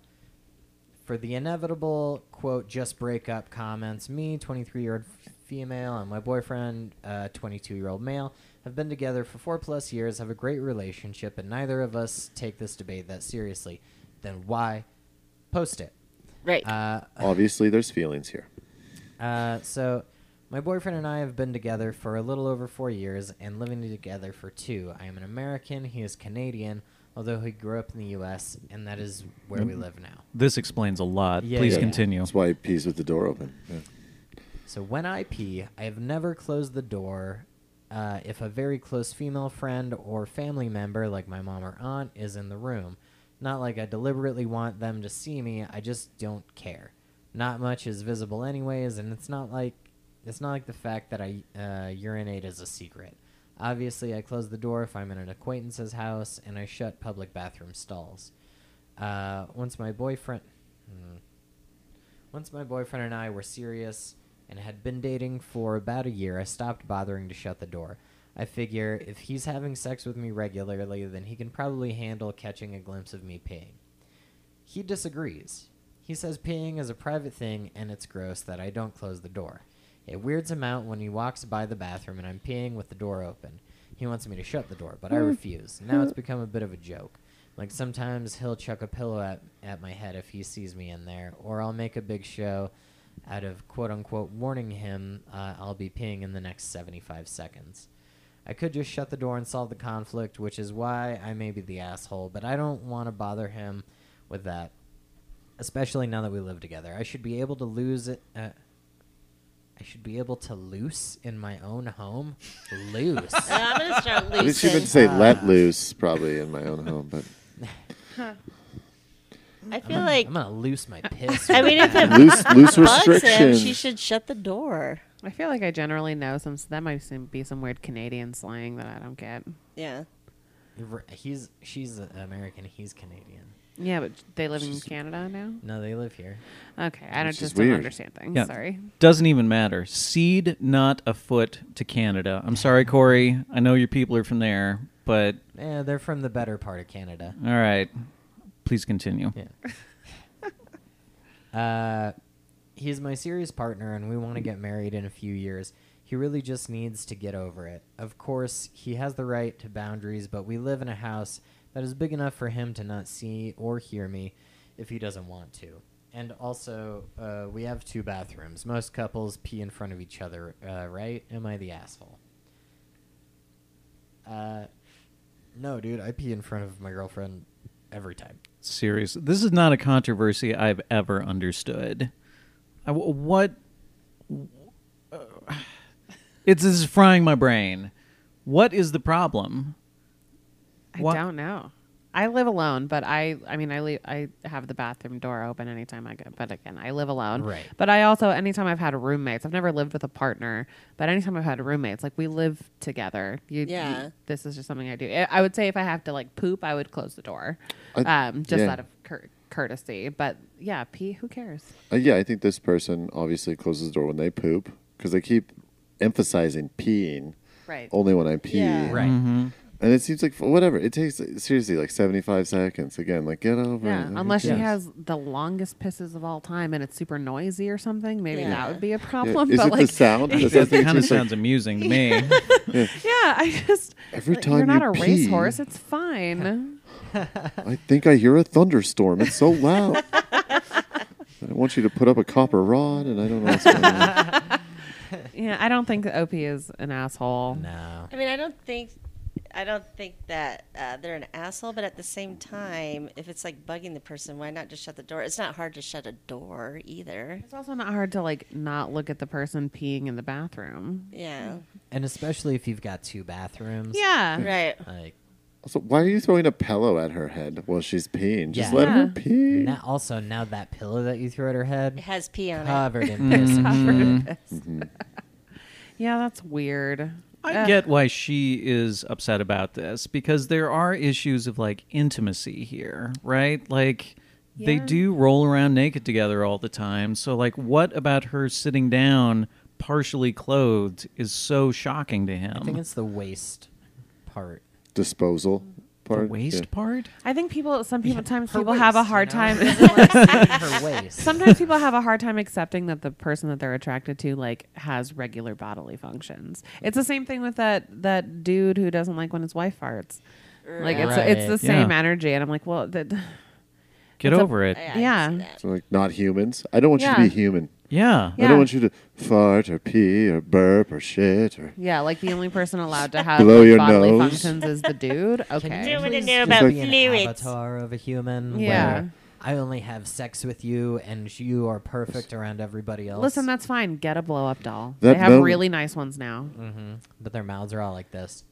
Speaker 1: for the inevitable quote, just break up comments, me, 23 year old female, and my boyfriend, 22 year old male, have been together for four plus years, have a great relationship, and neither of us take this debate that seriously. Then why post it?
Speaker 4: Right.
Speaker 1: Uh,
Speaker 2: Obviously, there's feelings here.
Speaker 1: uh, so, my boyfriend and I have been together for a little over four years and living together for two. I am an American. He is Canadian, although he grew up in the U.S., and that is where we live now.
Speaker 5: This explains a lot.
Speaker 1: Yeah,
Speaker 5: Please
Speaker 1: yeah.
Speaker 5: continue.
Speaker 2: That's why he pees with the door open. Yeah.
Speaker 1: So when I pee, I have never closed the door. Uh, if a very close female friend or family member, like my mom or aunt, is in the room, not like I deliberately want them to see me. I just don't care. Not much is visible anyways, and it's not like it's not like the fact that I uh, urinate is a secret. Obviously, I close the door if I'm in an acquaintance's house, and I shut public bathroom stalls. Uh, once my boyfriend. Hmm. Once my boyfriend and I were serious and had been dating for about a year, I stopped bothering to shut the door. I figure if he's having sex with me regularly, then he can probably handle catching a glimpse of me peeing. He disagrees. He says peeing is a private thing and it's gross that I don't close the door. It weirds him out when he walks by the bathroom and I'm peeing with the door open. He wants me to shut the door, but I refuse. Now it's become a bit of a joke. Like sometimes he'll chuck a pillow at, at my head if he sees me in there, or I'll make a big show out of quote unquote warning him uh, I'll be peeing in the next 75 seconds. I could just shut the door and solve the conflict, which is why I may be the asshole, but I don't want to bother him with that, especially now that we live together. I should be able to lose it. Uh, I should be able to loose in my own home. Loose.
Speaker 4: I'm gonna start
Speaker 2: At least you meant to
Speaker 4: losing.
Speaker 2: say let loose, probably in my own home, but
Speaker 4: I feel like
Speaker 1: I'm gonna loose my piss.
Speaker 4: I mean, if it
Speaker 2: loose loose
Speaker 4: bugs him,
Speaker 2: restrictions.
Speaker 4: she should shut the door.
Speaker 3: I feel like I generally know some. That might seem, be some weird Canadian slang that I don't get.
Speaker 4: Yeah.
Speaker 1: R- He's she's a- American. He's Canadian.
Speaker 3: Yeah, but they live in Canada now.
Speaker 1: No, they live here.
Speaker 3: Okay, I don't
Speaker 2: Which is
Speaker 3: just
Speaker 2: weird.
Speaker 3: don't understand things.
Speaker 5: Yeah.
Speaker 3: Sorry.
Speaker 5: Doesn't even matter. Seed not a foot to Canada. I'm sorry, Corey. I know your people are from there, but
Speaker 1: Yeah, they're from the better part of Canada.
Speaker 5: all right. Please continue.
Speaker 1: Yeah. uh, he's my serious partner, and we want to get married in a few years. He really just needs to get over it. Of course, he has the right to boundaries, but we live in a house that is big enough for him to not see or hear me if he doesn't want to. And also, uh, we have two bathrooms. Most couples pee in front of each other, uh, right? Am I the asshole? Uh, no, dude, I pee in front of my girlfriend every time.
Speaker 5: Serious. This is not a controversy I've ever understood. I, wh- what? uh, It's this is frying my brain. What is the problem?
Speaker 3: I
Speaker 5: Wha-
Speaker 3: don't know. I live alone, but I I mean I leave, I have the bathroom door open anytime I go. But again, I live alone.
Speaker 1: Right.
Speaker 3: But I also anytime I've had roommates, I've never lived with a partner, but anytime I've had roommates, like we live together. You, you-
Speaker 4: Yeah.
Speaker 3: this is just something I do. I I would say if I have to like poop, I would close the door,
Speaker 2: I-
Speaker 3: um, just
Speaker 2: yeah.
Speaker 3: out of cour- courtesy. But yeah, pee. Who cares?
Speaker 2: Uh, yeah, I think this person obviously closes the door when they poop because they keep emphasizing peeing
Speaker 3: Right.
Speaker 2: only when I pee.
Speaker 4: Yeah.
Speaker 1: Right.
Speaker 2: And it seems like for whatever it takes, seriously, like seventy-five seconds. Again, like get over
Speaker 3: Yeah,
Speaker 2: it. Who
Speaker 3: unless she
Speaker 2: cares?
Speaker 3: has the longest pisses of all time and it's super noisy or something, maybe
Speaker 4: Yeah.
Speaker 3: that would be a
Speaker 2: Yeah,
Speaker 3: problem.
Speaker 2: Is
Speaker 3: but
Speaker 2: it
Speaker 3: like,
Speaker 2: the sound? Does that
Speaker 5: That
Speaker 2: thing
Speaker 5: kind of
Speaker 2: just, like-
Speaker 5: sounds amusing to me.
Speaker 3: yeah, I just
Speaker 2: Every
Speaker 3: like,
Speaker 2: time
Speaker 3: you're not
Speaker 2: you
Speaker 3: a
Speaker 2: pee-
Speaker 3: racehorse, it's fine.
Speaker 2: I think I hear a thunderstorm. It's so loud. I want you to put up a copper rod, and I don't know. What's going on.
Speaker 3: yeah, I don't think that OP is an asshole.
Speaker 1: No.
Speaker 4: I mean, I don't think, I don't think that uh, they're an asshole. But at the same time, if it's like bugging the person, why not just shut the door? It's not hard to shut a door either.
Speaker 3: It's also not hard to like not look at the person peeing in the bathroom.
Speaker 4: Yeah.
Speaker 1: And especially if you've got two bathrooms.
Speaker 3: Yeah,
Speaker 4: Right.
Speaker 1: Like
Speaker 2: Also, why are you throwing a pillow at her head while she's peeing? Just
Speaker 1: Yeah.
Speaker 2: let her
Speaker 3: Yeah.
Speaker 2: pee.
Speaker 1: now, also now that pillow that you threw at her
Speaker 4: It
Speaker 1: head
Speaker 4: has pee on
Speaker 3: Uh,
Speaker 4: it.
Speaker 1: covered in piss
Speaker 2: Mm-hmm.
Speaker 1: and shit.
Speaker 3: yeah, that's weird.
Speaker 5: I
Speaker 3: Ugh.
Speaker 5: get why she is upset about this because there are issues of like intimacy here, right? Like they
Speaker 3: Yeah.
Speaker 5: do roll around naked together all the time. So like what about her sitting down partially clothed is so shocking to him?
Speaker 1: I think it's the waste part.
Speaker 2: Disposal part.
Speaker 5: the waist
Speaker 2: Yeah.
Speaker 5: part?
Speaker 3: I think people. Some people times
Speaker 1: Her
Speaker 3: people have a
Speaker 1: waist, you
Speaker 3: hard
Speaker 1: know?
Speaker 3: time.
Speaker 1: Like, seeing her waist.
Speaker 3: sometimes people have a hard time accepting that the person that they're attracted to like has regular bodily functions. It's the same thing with that that dude who doesn't like when his wife farts. Like it's
Speaker 1: Right.
Speaker 3: it's the same
Speaker 5: Yeah.
Speaker 3: energy, and I'm like, well, that
Speaker 5: Get
Speaker 3: It's a-
Speaker 5: over it.
Speaker 4: I
Speaker 5: Yeah.
Speaker 4: can
Speaker 3: Yeah.
Speaker 4: see that.
Speaker 2: So like not humans. I don't want you
Speaker 3: Yeah.
Speaker 2: to be human. I
Speaker 3: Yeah.
Speaker 2: don't want you to fart or pee or burp or shit or.
Speaker 3: yeah, like the only person allowed to have
Speaker 2: Blow
Speaker 3: like,
Speaker 2: your
Speaker 3: bodily
Speaker 2: nose.
Speaker 3: functions is the dude.
Speaker 1: Can
Speaker 3: Okay,
Speaker 1: you
Speaker 4: wanna
Speaker 1: please
Speaker 4: know
Speaker 1: just
Speaker 4: about
Speaker 1: be
Speaker 4: fluids?
Speaker 1: An avatar of a human.
Speaker 3: Yeah.
Speaker 1: where I only have sex with you, and you are perfect around everybody else.
Speaker 3: listen, that's fine. Get a blow up doll.
Speaker 2: That
Speaker 3: they have
Speaker 2: moment-
Speaker 3: really nice ones now.
Speaker 1: Mm. but their mouths are all like this.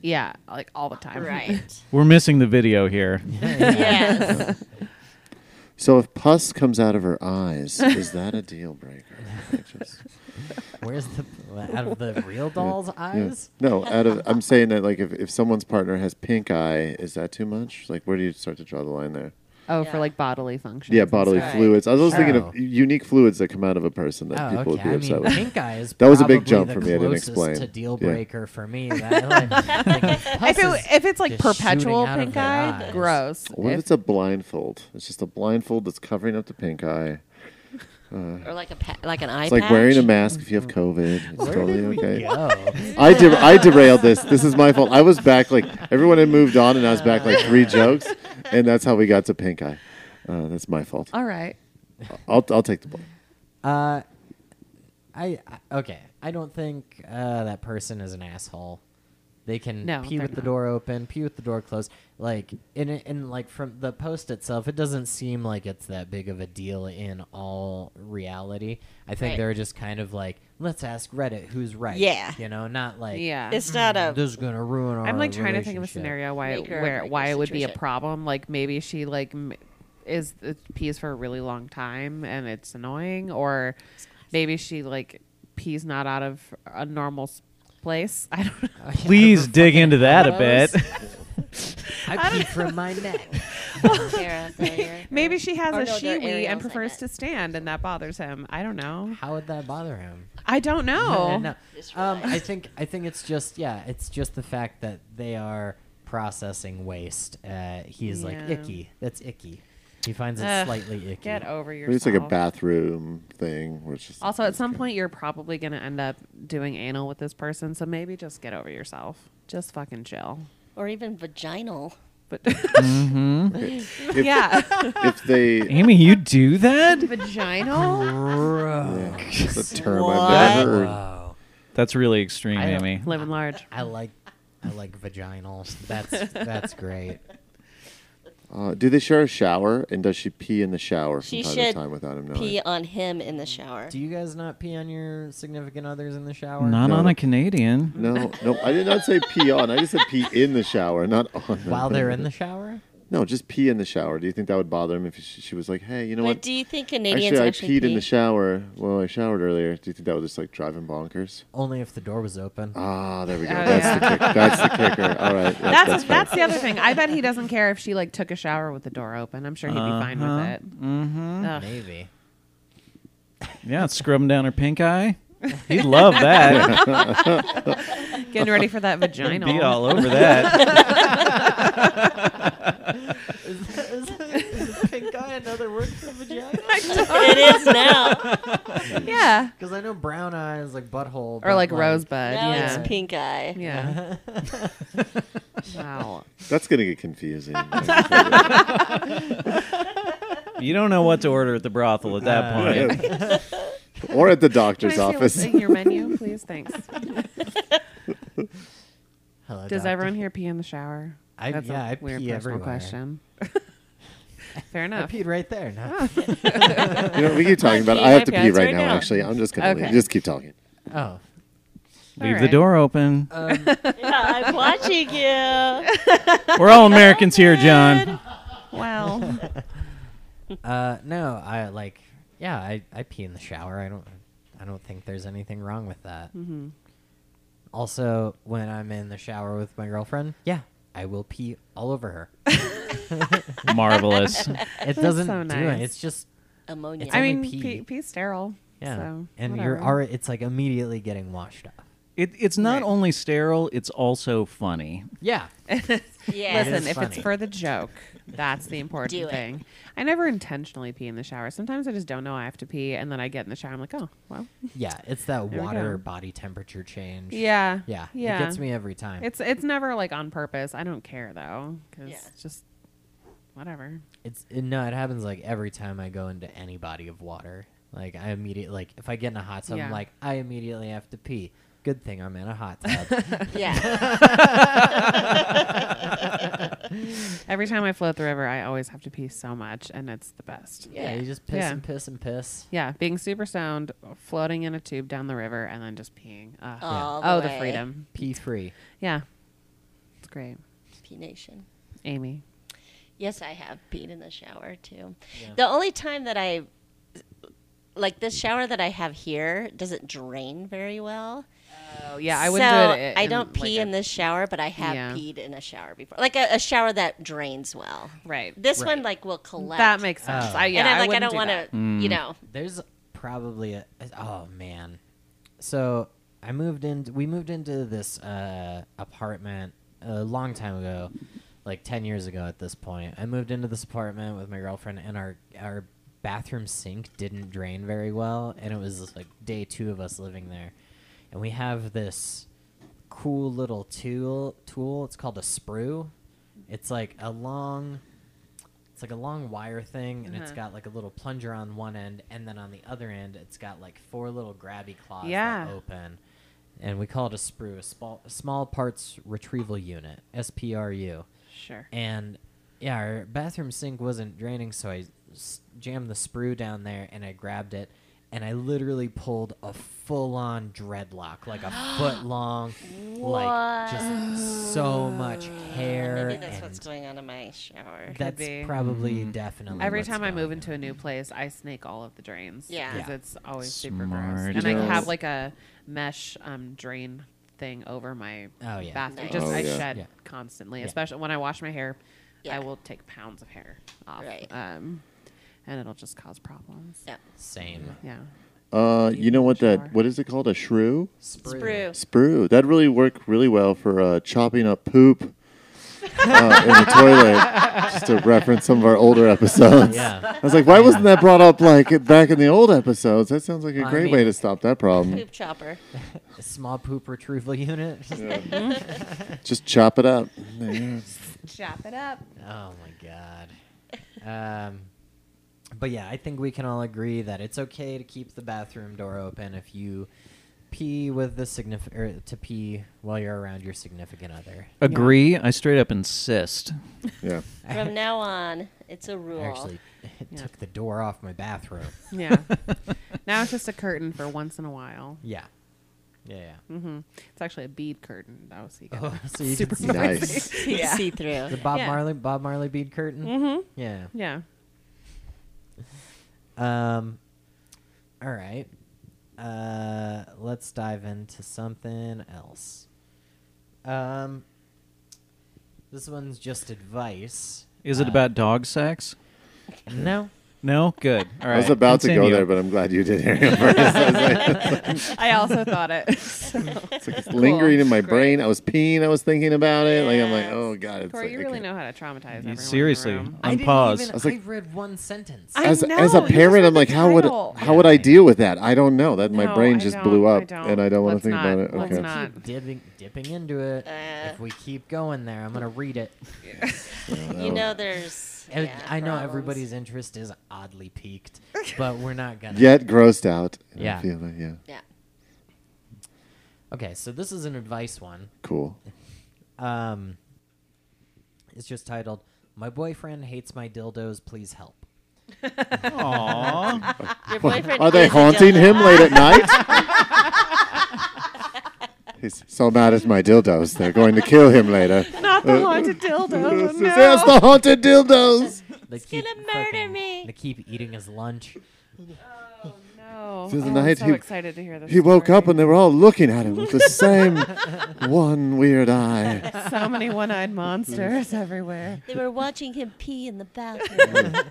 Speaker 3: Yeah, like all the time.
Speaker 4: Right.
Speaker 5: We're missing the video here.
Speaker 4: yes.
Speaker 2: So if pus comes out of her eyes, is that a deal breaker? I just-
Speaker 1: Where's the out of the real doll's
Speaker 2: Yeah.
Speaker 1: eyes?
Speaker 2: No, out of I'm saying that like if, if someone's partner has pink eye, is that too much? Like where do you start to draw the line there?
Speaker 3: Oh,
Speaker 4: Yeah.
Speaker 3: for like bodily functions.
Speaker 2: Yeah,
Speaker 3: and
Speaker 2: bodily
Speaker 3: stuff.
Speaker 4: Right.
Speaker 2: fluids. I was also thinking
Speaker 1: Oh.
Speaker 2: of unique fluids that come out of a person that
Speaker 1: Oh,
Speaker 2: people
Speaker 1: okay.
Speaker 2: would be
Speaker 1: I
Speaker 2: upset
Speaker 1: mean,
Speaker 2: with.
Speaker 1: pink eye is
Speaker 2: That was a big
Speaker 1: probably
Speaker 2: jump
Speaker 1: the
Speaker 2: for me. I didn't
Speaker 1: closest
Speaker 2: explain.
Speaker 1: To deal
Speaker 2: Yeah.
Speaker 1: breaker for me, that, like, like,
Speaker 3: If,
Speaker 1: pus
Speaker 3: it,
Speaker 1: is-
Speaker 3: if it's like
Speaker 1: just shooting
Speaker 3: perpetual
Speaker 1: out of
Speaker 3: pink
Speaker 1: their
Speaker 3: eye,
Speaker 1: eyes.
Speaker 3: gross.
Speaker 2: What if
Speaker 3: If-
Speaker 2: it's a blindfold? It's just a blindfold that's covering up the pink eye.
Speaker 4: or like a pa- like an eye.
Speaker 2: It's like
Speaker 4: patch.
Speaker 2: wering a mask if you have COVID. It's
Speaker 1: Mm. Where
Speaker 2: totally
Speaker 1: did we
Speaker 2: okay.
Speaker 1: go?
Speaker 2: I de- I derailed this. This is my fault. I was back like everyone had moved on, and I was back like three jokes, and that's how we got to pink eye. Uh, that's my fault.
Speaker 3: all right.
Speaker 2: I'll I'll take the blame.
Speaker 1: Uh, I I- okay. I don't think uh, that person is an asshole. They can
Speaker 3: No,
Speaker 1: pee
Speaker 3: they're
Speaker 1: with the
Speaker 3: not.
Speaker 1: door open, pee with the door closed. Like in a- in like from the post itself, it doesn't seem like it's that big of a deal in all reality. I think
Speaker 4: Right.
Speaker 1: they're just kind of like, let's ask Reddit who's right.
Speaker 4: Yeah.
Speaker 1: you know, not like
Speaker 3: Yeah.
Speaker 4: It's not a.
Speaker 1: This is gonna ruin our.
Speaker 3: I'm like trying to think of a
Speaker 1: relationship."
Speaker 3: scenario why it,
Speaker 4: Make or
Speaker 3: where
Speaker 4: break
Speaker 3: why
Speaker 4: your
Speaker 3: it would be a
Speaker 4: situation.
Speaker 3: problem. Like maybe she like m- is the pees for a really long time and it's annoying, or maybe she like pees not out of a normal s- place. I don't know.
Speaker 5: Please dig into that a bit.
Speaker 1: I pee from my neck.
Speaker 4: Sarah, earlier.
Speaker 3: Maybe she has
Speaker 4: Or
Speaker 3: a
Speaker 4: Oh, no, they're
Speaker 3: shiwi
Speaker 4: aerials, I
Speaker 3: and prefers
Speaker 4: meant.
Speaker 3: to stand, and that bothers him. I don't know.
Speaker 1: How would that bother him?
Speaker 3: I don't know.
Speaker 1: no.
Speaker 4: Just
Speaker 1: Um, I
Speaker 4: relax.
Speaker 1: think I think it's just yeah, it's just the fact that they are processing waste. Uh, he's like
Speaker 3: Yeah.
Speaker 1: icky. That's icky. He finds it
Speaker 3: Ugh,
Speaker 1: slightly icky.
Speaker 3: Get over
Speaker 2: Maybe
Speaker 3: yourself.
Speaker 2: it's like a bathroom thing, which is
Speaker 3: Also, at some point, you're probably going to end up doing anal with this person, so maybe just get over yourself. Just fucking chill.
Speaker 4: or even vaginal.
Speaker 3: But
Speaker 2: if,
Speaker 3: yeah,
Speaker 2: if they uh,
Speaker 5: Amy, you do that?
Speaker 3: vaginal.
Speaker 1: Bro.
Speaker 2: yeah, it's a term I've
Speaker 4: What?
Speaker 2: never heard.
Speaker 1: Wow.
Speaker 5: That's really extreme,
Speaker 3: I don't-
Speaker 5: Amy.
Speaker 3: Living large.
Speaker 1: I like I like vaginals. That's that's great.
Speaker 2: Uh, do they share a shower? And does she pee in the shower from
Speaker 4: She
Speaker 2: time to
Speaker 4: should
Speaker 2: time without him knowing?
Speaker 4: Pee on him in the shower.
Speaker 1: Do you guys not pee on your significant others in the shower?
Speaker 5: Not
Speaker 2: No.
Speaker 5: on a Canadian.
Speaker 2: No, no, I did not say pee on. I just said pee in the shower, not on.
Speaker 1: While they're in the shower?
Speaker 2: No, just pee in the shower. Do you think that would bother him if she, she was like, "Hey, you know
Speaker 4: But
Speaker 2: what?
Speaker 4: do you think Canadians
Speaker 2: Actually,
Speaker 4: actually,
Speaker 2: I peed in
Speaker 4: pee?
Speaker 2: the shower while I showered earlier." Do you think that would just like drive him bonkers?
Speaker 1: Only if the door was open.
Speaker 2: Ah, there we go.
Speaker 3: Oh,
Speaker 2: that's
Speaker 3: yeah.
Speaker 2: the kick. That's the kicker. All right. Yep,
Speaker 3: That's
Speaker 2: that's
Speaker 3: that's,
Speaker 2: fine.
Speaker 3: the other thing. I bet he doesn't care if she like took a shower with the door open. I'm sure he'd be fine with
Speaker 5: Uh-huh.
Speaker 3: it. Mm-hmm.
Speaker 1: Maybe.
Speaker 5: Yeah, scrub him down her pink eye. He'd love that.
Speaker 3: Getting ready for that vaginal.
Speaker 5: Be all over that.
Speaker 1: Pink eye, another word for vagina?
Speaker 4: Oh, it is now.
Speaker 3: Yeah.
Speaker 1: Because I know brown eye is like butthole.
Speaker 3: Or
Speaker 1: but,
Speaker 3: like rosebud.
Speaker 4: Now
Speaker 3: yeah.
Speaker 4: it's pink eye.
Speaker 3: Yeah. wow.
Speaker 2: That's gonna get confusing.
Speaker 5: you don't know what to order at the brothel at
Speaker 2: Uh,
Speaker 5: that point.
Speaker 2: or at the
Speaker 3: Can I
Speaker 2: doctor's
Speaker 3: see
Speaker 2: office.
Speaker 3: what's in your menu, please? Thanks.
Speaker 1: Hello,
Speaker 3: Does
Speaker 1: doctor.
Speaker 3: everyone here pee in the shower?
Speaker 1: I-
Speaker 3: That's
Speaker 1: yeah,
Speaker 3: a
Speaker 1: I
Speaker 3: weird
Speaker 1: pee
Speaker 3: personal
Speaker 1: everywhere.
Speaker 3: question. Fair
Speaker 1: I
Speaker 3: enough.
Speaker 1: peed right there. No.
Speaker 3: Oh.
Speaker 2: You know, we keep talking about. it.
Speaker 4: pee
Speaker 2: I
Speaker 4: my
Speaker 2: have to pee
Speaker 4: pants
Speaker 2: right,
Speaker 4: right
Speaker 2: now,
Speaker 4: now.
Speaker 2: Actually, I'm just gonna
Speaker 3: Okay.
Speaker 2: leave. just keep talking.
Speaker 1: Oh.
Speaker 5: Leave
Speaker 3: All
Speaker 5: the
Speaker 3: right.
Speaker 5: door open.
Speaker 2: Uh,
Speaker 4: Yeah, I'm watching you.
Speaker 5: We're all Americans here, John.
Speaker 3: Wow.
Speaker 1: Uh, no, I like. Yeah, I, I pee in the shower. I don't. I don't think there's anything wrong with that.
Speaker 3: Mm-hmm.
Speaker 1: Also, when I'm in the shower with my girlfriend, yeah, I will pee all over her.
Speaker 5: Marvelous.
Speaker 1: It doesn't
Speaker 3: so
Speaker 1: do
Speaker 3: nice.
Speaker 1: it. It's just
Speaker 4: Ammonia.
Speaker 1: It's
Speaker 3: I
Speaker 1: only
Speaker 3: mean,
Speaker 1: pee.
Speaker 3: pee. Pee, sterile.
Speaker 1: yeah,
Speaker 3: So,
Speaker 1: and
Speaker 3: whatever.
Speaker 1: you're already. It's like immediately getting washed off.
Speaker 5: It, it's not only sterile, it's also funny.
Speaker 1: Yeah,
Speaker 4: yeah.
Speaker 1: It is
Speaker 3: Listen, if it's
Speaker 1: funny.
Speaker 3: for the joke, that's the important
Speaker 4: Do it.
Speaker 3: thing. I never intentionally pee in the shower. Sometimes I just don't know I have to pee, and then I get in the shower. I'm like, oh, well,
Speaker 1: yeah. It's that
Speaker 3: we
Speaker 1: water
Speaker 3: go.
Speaker 1: body temperature change.
Speaker 3: yeah,
Speaker 1: yeah, It
Speaker 3: yeah.
Speaker 1: gets me every time.
Speaker 3: It's it's never like on purpose. I don't care though, because
Speaker 4: Yeah.
Speaker 3: just whatever.
Speaker 1: It's it, no, it happens like every time I go into any body of water. Like I immediately like if I get in a hot tub,
Speaker 3: Yeah.
Speaker 1: I'm like I immediately have to pee. Good thing I'm in a hot tub.
Speaker 4: yeah.
Speaker 3: Every time I float the river, I always have to pee so much, and it's the best.
Speaker 1: yeah, you just piss
Speaker 3: Yeah.
Speaker 1: and piss and piss.
Speaker 3: Yeah, being super stoned, floating in a tube down the river, and then just peeing. Ugh.
Speaker 4: All
Speaker 3: Oh,
Speaker 4: the
Speaker 3: the
Speaker 4: way.
Speaker 3: freedom.
Speaker 1: Pee free.
Speaker 3: Yeah, it's great.
Speaker 4: Pea Nation.
Speaker 3: Amy,
Speaker 4: Yes, I have peed in the shower too. The only time that I like this shower that I have here doesn't drain very well.
Speaker 3: oh yeah, I
Speaker 4: so
Speaker 3: would. do it
Speaker 4: I don't pee in this shower, but I have
Speaker 3: Yeah.
Speaker 4: peed in a shower before, like a, a shower that drains well.
Speaker 3: right.
Speaker 4: This one
Speaker 1: Right.
Speaker 4: like will collect.
Speaker 3: That makes sense.
Speaker 1: Oh.
Speaker 3: I, yeah,
Speaker 4: and I'm like I,
Speaker 3: wouldn't
Speaker 4: don't
Speaker 3: do
Speaker 4: want
Speaker 3: that. Mm.
Speaker 4: to, you know.
Speaker 1: There's probably a oh man. So I moved in. We moved into this uh, apartment a long time ago, like ten years ago at this point. I moved into this apartment with my girlfriend, and our our bathroom sink didn't drain very well, and it was like day two of us living there, and we have this cool little tool tool. It's called a sprue. It's like a long it's like a long wire thing and it's got like a little plunger on one end and then on the other end it's got like four little grabby claws
Speaker 3: Yeah.
Speaker 1: that open. And we call it a sprue, a small, small parts retrieval unit, SPRU.
Speaker 3: Sure.
Speaker 1: And yeah, our bathroom sink wasn't draining, so I s- jammed the sprue down there and I grabbed it and I literally pulled a full on dreadlock, like a foot long, like just so much hair.
Speaker 4: Maybe that's
Speaker 1: and
Speaker 4: what's going on in my shower.
Speaker 1: that's
Speaker 3: be. Mm-hmm.
Speaker 1: probably definitely
Speaker 3: Every
Speaker 1: what's
Speaker 3: time I
Speaker 1: going
Speaker 3: move
Speaker 1: on.
Speaker 3: into a new place, I snake all of the drains.
Speaker 4: Yeah.
Speaker 3: because
Speaker 1: Yeah.
Speaker 3: it's always super gross.
Speaker 5: Smart.
Speaker 3: And I
Speaker 2: Yes.
Speaker 3: have like a mesh um, drain thing over my
Speaker 1: Oh, yeah.
Speaker 3: bathroom.
Speaker 4: Nice.
Speaker 3: Just
Speaker 2: Oh,
Speaker 3: I
Speaker 2: yeah.
Speaker 3: shed
Speaker 1: Yeah.
Speaker 3: constantly,
Speaker 1: Yeah.
Speaker 3: especially when I wash my hair.
Speaker 4: Yeah.
Speaker 3: I will take pounds of hair off,
Speaker 4: Right.
Speaker 3: um, and it'll just cause problems.
Speaker 4: Yeah.
Speaker 1: Same.
Speaker 3: Yeah,
Speaker 2: Uh, you know what
Speaker 3: Shower.
Speaker 2: that? What is it called? A shrew?
Speaker 4: Sprue.
Speaker 2: Sprue. That really worked really well for uh, chopping up poop uh, in the toilet. Just to reference some of our older episodes.
Speaker 1: Yeah.
Speaker 2: I was like, why wasn't that brought up like back in the old episodes? That sounds like a
Speaker 1: I
Speaker 2: great
Speaker 1: mean-
Speaker 2: way to stop that problem.
Speaker 4: Poop chopper.
Speaker 1: A small poop retrieval unit.
Speaker 2: Just chop it up. Yeah.
Speaker 3: chop it up.
Speaker 1: oh my god. Um, but yeah, I think we can all agree that it's okay to keep the bathroom door open if you pee with the signif- er, to pee while you're around your significant other.
Speaker 5: Agree. I straight up insist.
Speaker 2: yeah.
Speaker 4: From now on, it's a
Speaker 1: I
Speaker 4: rule.
Speaker 1: actually
Speaker 3: Yeah.
Speaker 1: took the door off my bathroom.
Speaker 3: Yeah. now it's just a curtain for once in a while.
Speaker 1: Yeah. Yeah, yeah.
Speaker 3: hmm It's actually a bead curtain, though, so you
Speaker 1: Oh,
Speaker 3: gotta
Speaker 1: so you
Speaker 3: super
Speaker 1: can see,
Speaker 2: Nice.
Speaker 3: Yeah.
Speaker 4: see through.
Speaker 1: the Bob
Speaker 3: Mm-hmm. Yeah.
Speaker 1: Marley Bob Marley bead curtain.
Speaker 3: hmm
Speaker 1: Yeah.
Speaker 3: Yeah.
Speaker 1: Um. All right. Uh, let's dive into something else. Um. This one's just advice.
Speaker 5: Is it
Speaker 1: Uh,
Speaker 5: about dog sex?
Speaker 1: No.
Speaker 5: No? Good. All right.
Speaker 2: I was about to
Speaker 5: Continue.
Speaker 2: go there, but I'm glad you did hear him first.
Speaker 3: I also thought it. So.
Speaker 2: It's, like, it's lingering in my
Speaker 3: Great.
Speaker 2: brain. I was peeing. I was thinking about it. Like I'm like,
Speaker 4: Yes.
Speaker 2: oh god. It's
Speaker 3: Corey,
Speaker 2: like,
Speaker 3: you
Speaker 2: I
Speaker 3: really
Speaker 2: can't-
Speaker 3: know how to traumatize
Speaker 5: You
Speaker 3: everyone.
Speaker 5: seriously-
Speaker 3: In the room.
Speaker 5: On
Speaker 1: I didn't
Speaker 5: pause.
Speaker 1: Even,
Speaker 5: I
Speaker 1: I,
Speaker 2: was like-
Speaker 1: read one sentence.
Speaker 3: I
Speaker 2: As,
Speaker 3: know,
Speaker 2: as a
Speaker 3: you just
Speaker 2: parent,
Speaker 3: read
Speaker 2: I'm
Speaker 3: the
Speaker 2: like, how would
Speaker 3: title.
Speaker 2: how would I deal with that? I don't know. That my
Speaker 3: No, I
Speaker 2: brain just
Speaker 3: don't,
Speaker 2: blew
Speaker 3: I
Speaker 2: up,
Speaker 3: don't.
Speaker 2: and I don't want
Speaker 3: Let's
Speaker 2: to think
Speaker 3: not-
Speaker 2: about it.
Speaker 3: let's
Speaker 2: Okay.
Speaker 1: We'll
Speaker 3: not-
Speaker 1: keep dipping, dipping into it. if we keep going there, I'm gonna read it.
Speaker 4: You know, there's.
Speaker 1: And
Speaker 4: yeah,
Speaker 1: I know
Speaker 4: problems.
Speaker 1: everybody's interest is oddly peaked, but we're not gonna.
Speaker 2: Yet grossed out. And I
Speaker 1: Yeah.
Speaker 2: feel like, yeah.
Speaker 4: Yeah.
Speaker 1: Okay, so this is an advice one.
Speaker 2: Cool.
Speaker 1: Um, it's just titled "My boyfriend hates my dildos. Please help."
Speaker 5: Aw.
Speaker 4: Your
Speaker 2: What-
Speaker 4: boyfriend
Speaker 2: Are they
Speaker 4: is a
Speaker 2: haunting
Speaker 4: dildo.
Speaker 2: him late at night? He's so mad at my dildos. They're going to kill him later.
Speaker 3: Not the haunted dildo.
Speaker 2: Says, There's Uh, the haunted dildos.
Speaker 1: They
Speaker 4: gonna murder me.
Speaker 1: They keep eating his lunch.
Speaker 3: No.
Speaker 2: Through the
Speaker 3: Oh, I'm
Speaker 2: night,
Speaker 3: so
Speaker 2: he-
Speaker 3: excited to hear this.
Speaker 2: He woke
Speaker 3: story.
Speaker 2: up and they were all looking at him with the same one weird eye.
Speaker 3: so many one-eyed monsters everywhere.
Speaker 4: They were watching him pee in the bathroom.
Speaker 2: Mm.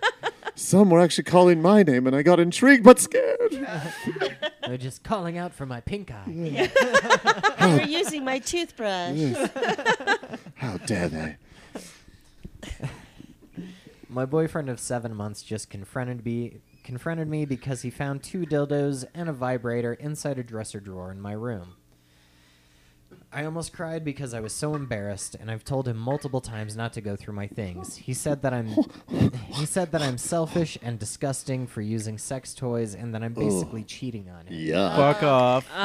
Speaker 2: Some were actually calling my name, and I got intrigued but scared.
Speaker 1: They're just calling out for my pink eye.
Speaker 4: they were using my toothbrush.
Speaker 2: Mm. How dare they?
Speaker 1: My boyfriend of seven months just confronted me confronted me because he found two dildos and a vibrator inside a dresser drawer in my room. I almost cried because I was so embarrassed, and I've told him multiple times not to go through my things. He said that I'm, he said that I'm selfish and disgusting for using sex toys, and that I'm basically cheating on him.
Speaker 2: Yeah.
Speaker 5: Fuck off.
Speaker 2: Uh,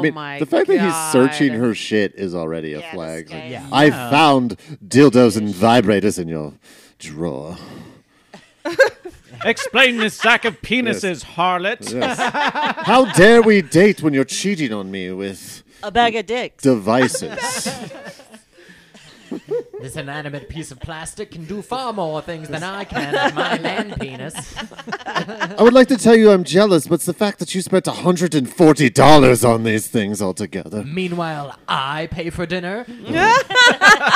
Speaker 2: I mean,
Speaker 3: my
Speaker 2: the fact that he's searching
Speaker 3: God.
Speaker 2: her shit is already a
Speaker 4: Yeah, this
Speaker 2: flag.
Speaker 4: guy.
Speaker 2: Like,
Speaker 1: Yeah.
Speaker 2: I found dildos and vibrators in your drawer.
Speaker 5: Explain this sack of penises, harlot.
Speaker 2: Yes. How dare we date when you're cheating on me with
Speaker 4: A bag of dicks.
Speaker 2: devices?
Speaker 1: This inanimate piece of plastic can do far more things than I can with my man penis.
Speaker 2: I would like to tell you I'm jealous, but it's the fact that you spent $140 on these things altogether.
Speaker 1: Meanwhile, I pay for dinner.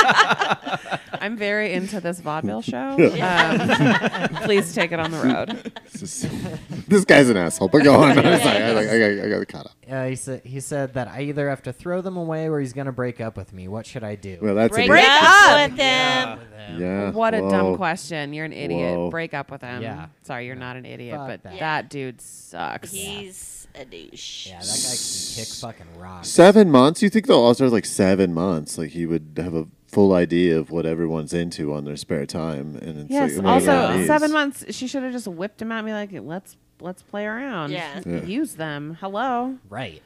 Speaker 3: I'm very into this vaudeville show. um, please take it on the road.
Speaker 2: This, is- this guy's an asshole, but go on. I'm sorry. I, I, I, I got caught up.
Speaker 1: Uh, he said he said that I either have to throw them away or he's gonna break up with me. What should I do?
Speaker 2: Well, that's
Speaker 4: Break,
Speaker 2: a good-
Speaker 4: up with them.
Speaker 1: With them.
Speaker 2: Yeah.
Speaker 3: What a
Speaker 2: whoa.
Speaker 3: dumb question. You're an idiot.
Speaker 2: Whoa.
Speaker 3: Break up with him.
Speaker 1: Yeah.
Speaker 3: Sorry, you're not an idiot,
Speaker 1: Fuck
Speaker 3: but
Speaker 1: that.
Speaker 3: that. dude sucks.
Speaker 4: He's a douche.
Speaker 1: Yeah, that guy can kick fucking rocks.
Speaker 2: Seven months? You think they'll also like seven months? Like he would have a full idea of what everyone's into on their spare time, and it's
Speaker 3: Yes.
Speaker 2: like, oh
Speaker 3: also,
Speaker 2: whatever it is.
Speaker 3: seven months. She should have just whipped him at me like, let's let's play around.
Speaker 4: Yeah.
Speaker 2: Yeah.
Speaker 3: Use them. Hello.
Speaker 1: Right.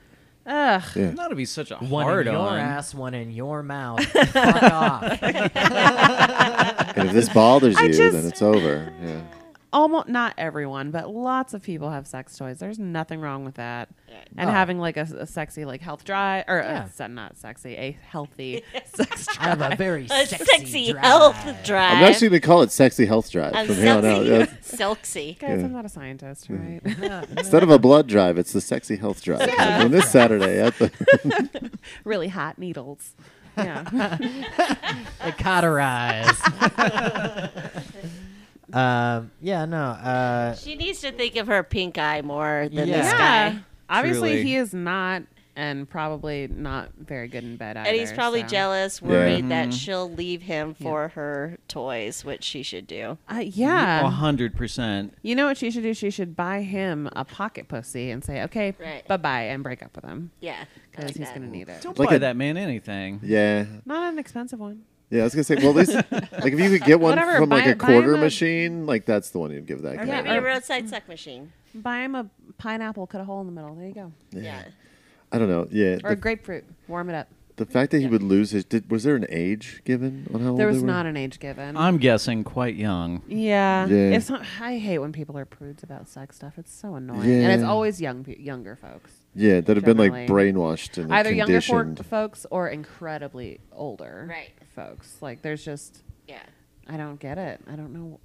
Speaker 3: Ugh.
Speaker 2: Yeah.
Speaker 5: Not to be such a
Speaker 1: One
Speaker 5: hard
Speaker 1: in your
Speaker 5: on.
Speaker 1: ass, one in your mouth. Fuck off.
Speaker 2: And if this bothers you, then
Speaker 3: just-
Speaker 2: it's over. Yeah.
Speaker 3: Almost not everyone, but lots of people have sex toys. There's nothing wrong with that. And
Speaker 1: No.
Speaker 3: having like a, a sexy like health drive or
Speaker 1: Yeah.
Speaker 3: a se- not sexy, a healthy sex
Speaker 1: I have
Speaker 3: drive.
Speaker 1: a very
Speaker 4: A
Speaker 1: sexy,
Speaker 4: sexy,
Speaker 1: drive.
Speaker 4: health drive.
Speaker 2: I'm actually gonna call it sexy health drive
Speaker 4: I'm
Speaker 2: from here on out. Yeah.
Speaker 4: sexy. Sexy.
Speaker 3: Guys,
Speaker 2: Yeah.
Speaker 3: I'm not a scientist, right?
Speaker 2: Instead of a blood drive, it's the sexy health drive. And this Saturday at the
Speaker 3: really hot needles. Yeah.
Speaker 1: It cauterized. um, yeah, no. Uh,
Speaker 4: She needs to think of her pink eye more than
Speaker 1: Yeah.
Speaker 4: this guy.
Speaker 3: Obviously,
Speaker 5: Truly.
Speaker 3: he is not, and probably not very good in bed either.
Speaker 4: And he's probably
Speaker 3: so.
Speaker 4: jealous, worried that she'll leave him for her toys, which she should do.
Speaker 3: Uh,
Speaker 5: A
Speaker 3: yeah.
Speaker 5: hundred percent.
Speaker 3: You know what she should do? She should buy him a pocket pussy and say, okay,
Speaker 4: Right.
Speaker 3: bye bye, and break up with him
Speaker 4: Yeah. I
Speaker 3: because
Speaker 4: like
Speaker 3: he's
Speaker 4: that.
Speaker 3: going to need it.
Speaker 5: Don't
Speaker 2: Like
Speaker 5: buy
Speaker 2: a-
Speaker 5: that man anything.
Speaker 2: yeah.
Speaker 3: Not an expensive one.
Speaker 2: Yeah, I was gonna say. Well, at least like if you could get one
Speaker 3: Whatever,
Speaker 2: from like
Speaker 3: buy-
Speaker 2: a
Speaker 3: buy him
Speaker 2: quarter
Speaker 3: a-
Speaker 2: machine, like that's the one you'd give that guy.
Speaker 4: Maybe
Speaker 3: Yeah.
Speaker 4: a roadside suck machine.
Speaker 3: Buy him a pineapple, cut a hole in the middle. There you go.
Speaker 4: Yeah.
Speaker 2: I don't know. Yeah,
Speaker 3: Or a
Speaker 2: the-
Speaker 3: grapefruit. Warm it up.
Speaker 2: The fact that he would lose his did, was there an age given on how old
Speaker 3: There
Speaker 2: they
Speaker 3: was
Speaker 2: were?
Speaker 3: not an age given.
Speaker 5: I'm guessing quite young.
Speaker 3: yeah.
Speaker 2: Yeah.
Speaker 3: It's not, I hate when people are prudes about sex stuff. It's so annoying. And it's
Speaker 2: Yeah.
Speaker 3: always young pe- younger folks.
Speaker 2: yeah, that had been like
Speaker 3: generally.
Speaker 2: brainwashed and
Speaker 3: Either younger for-
Speaker 2: conditioned.
Speaker 3: folks or incredibly older
Speaker 4: Right.
Speaker 3: folks. Like there's just
Speaker 4: Yeah.
Speaker 3: I don't get it. I don't know.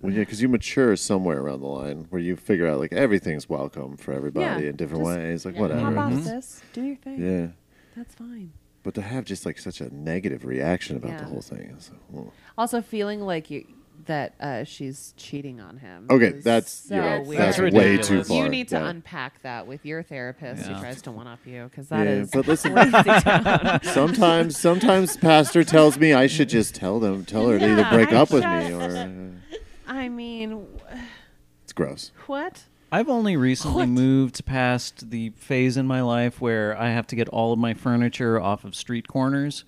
Speaker 2: well, yeah, because you mature somewhere around the line where you figure out like everything's welcome for everybody
Speaker 3: Yeah,
Speaker 2: in different
Speaker 3: just
Speaker 2: ways, like
Speaker 4: yeah,
Speaker 2: whatever.
Speaker 3: Pop off,
Speaker 5: Mhm.
Speaker 3: sis. Do your thing.
Speaker 2: Yeah,
Speaker 3: That's fine.
Speaker 2: but to have just like such a negative reaction about the
Speaker 3: Yeah.
Speaker 2: whole thing. Is, oh.
Speaker 3: Also, feeling like you that uh, she's cheating on him.
Speaker 2: Okay,
Speaker 3: is
Speaker 2: that's-
Speaker 3: so
Speaker 2: you're right.
Speaker 3: weird.
Speaker 5: That's That's way ridiculous. too
Speaker 2: far,
Speaker 3: You need to
Speaker 2: yeah.
Speaker 3: unpack that with your therapist
Speaker 5: Yeah.
Speaker 3: who tries to one up you because that
Speaker 2: Yeah,
Speaker 3: is
Speaker 2: but listen-
Speaker 3: crazy town.
Speaker 2: Sometimes, sometimes pastor tells me I should just tell them, tell her to either
Speaker 3: Yeah,
Speaker 2: break
Speaker 3: I
Speaker 2: up with
Speaker 3: just-
Speaker 2: me or uh,
Speaker 3: I mean, wh-
Speaker 2: it's gross.
Speaker 3: what?
Speaker 5: I've only recently
Speaker 3: What?
Speaker 5: moved past the phase in my life where I have to get all of my furniture off of street corners.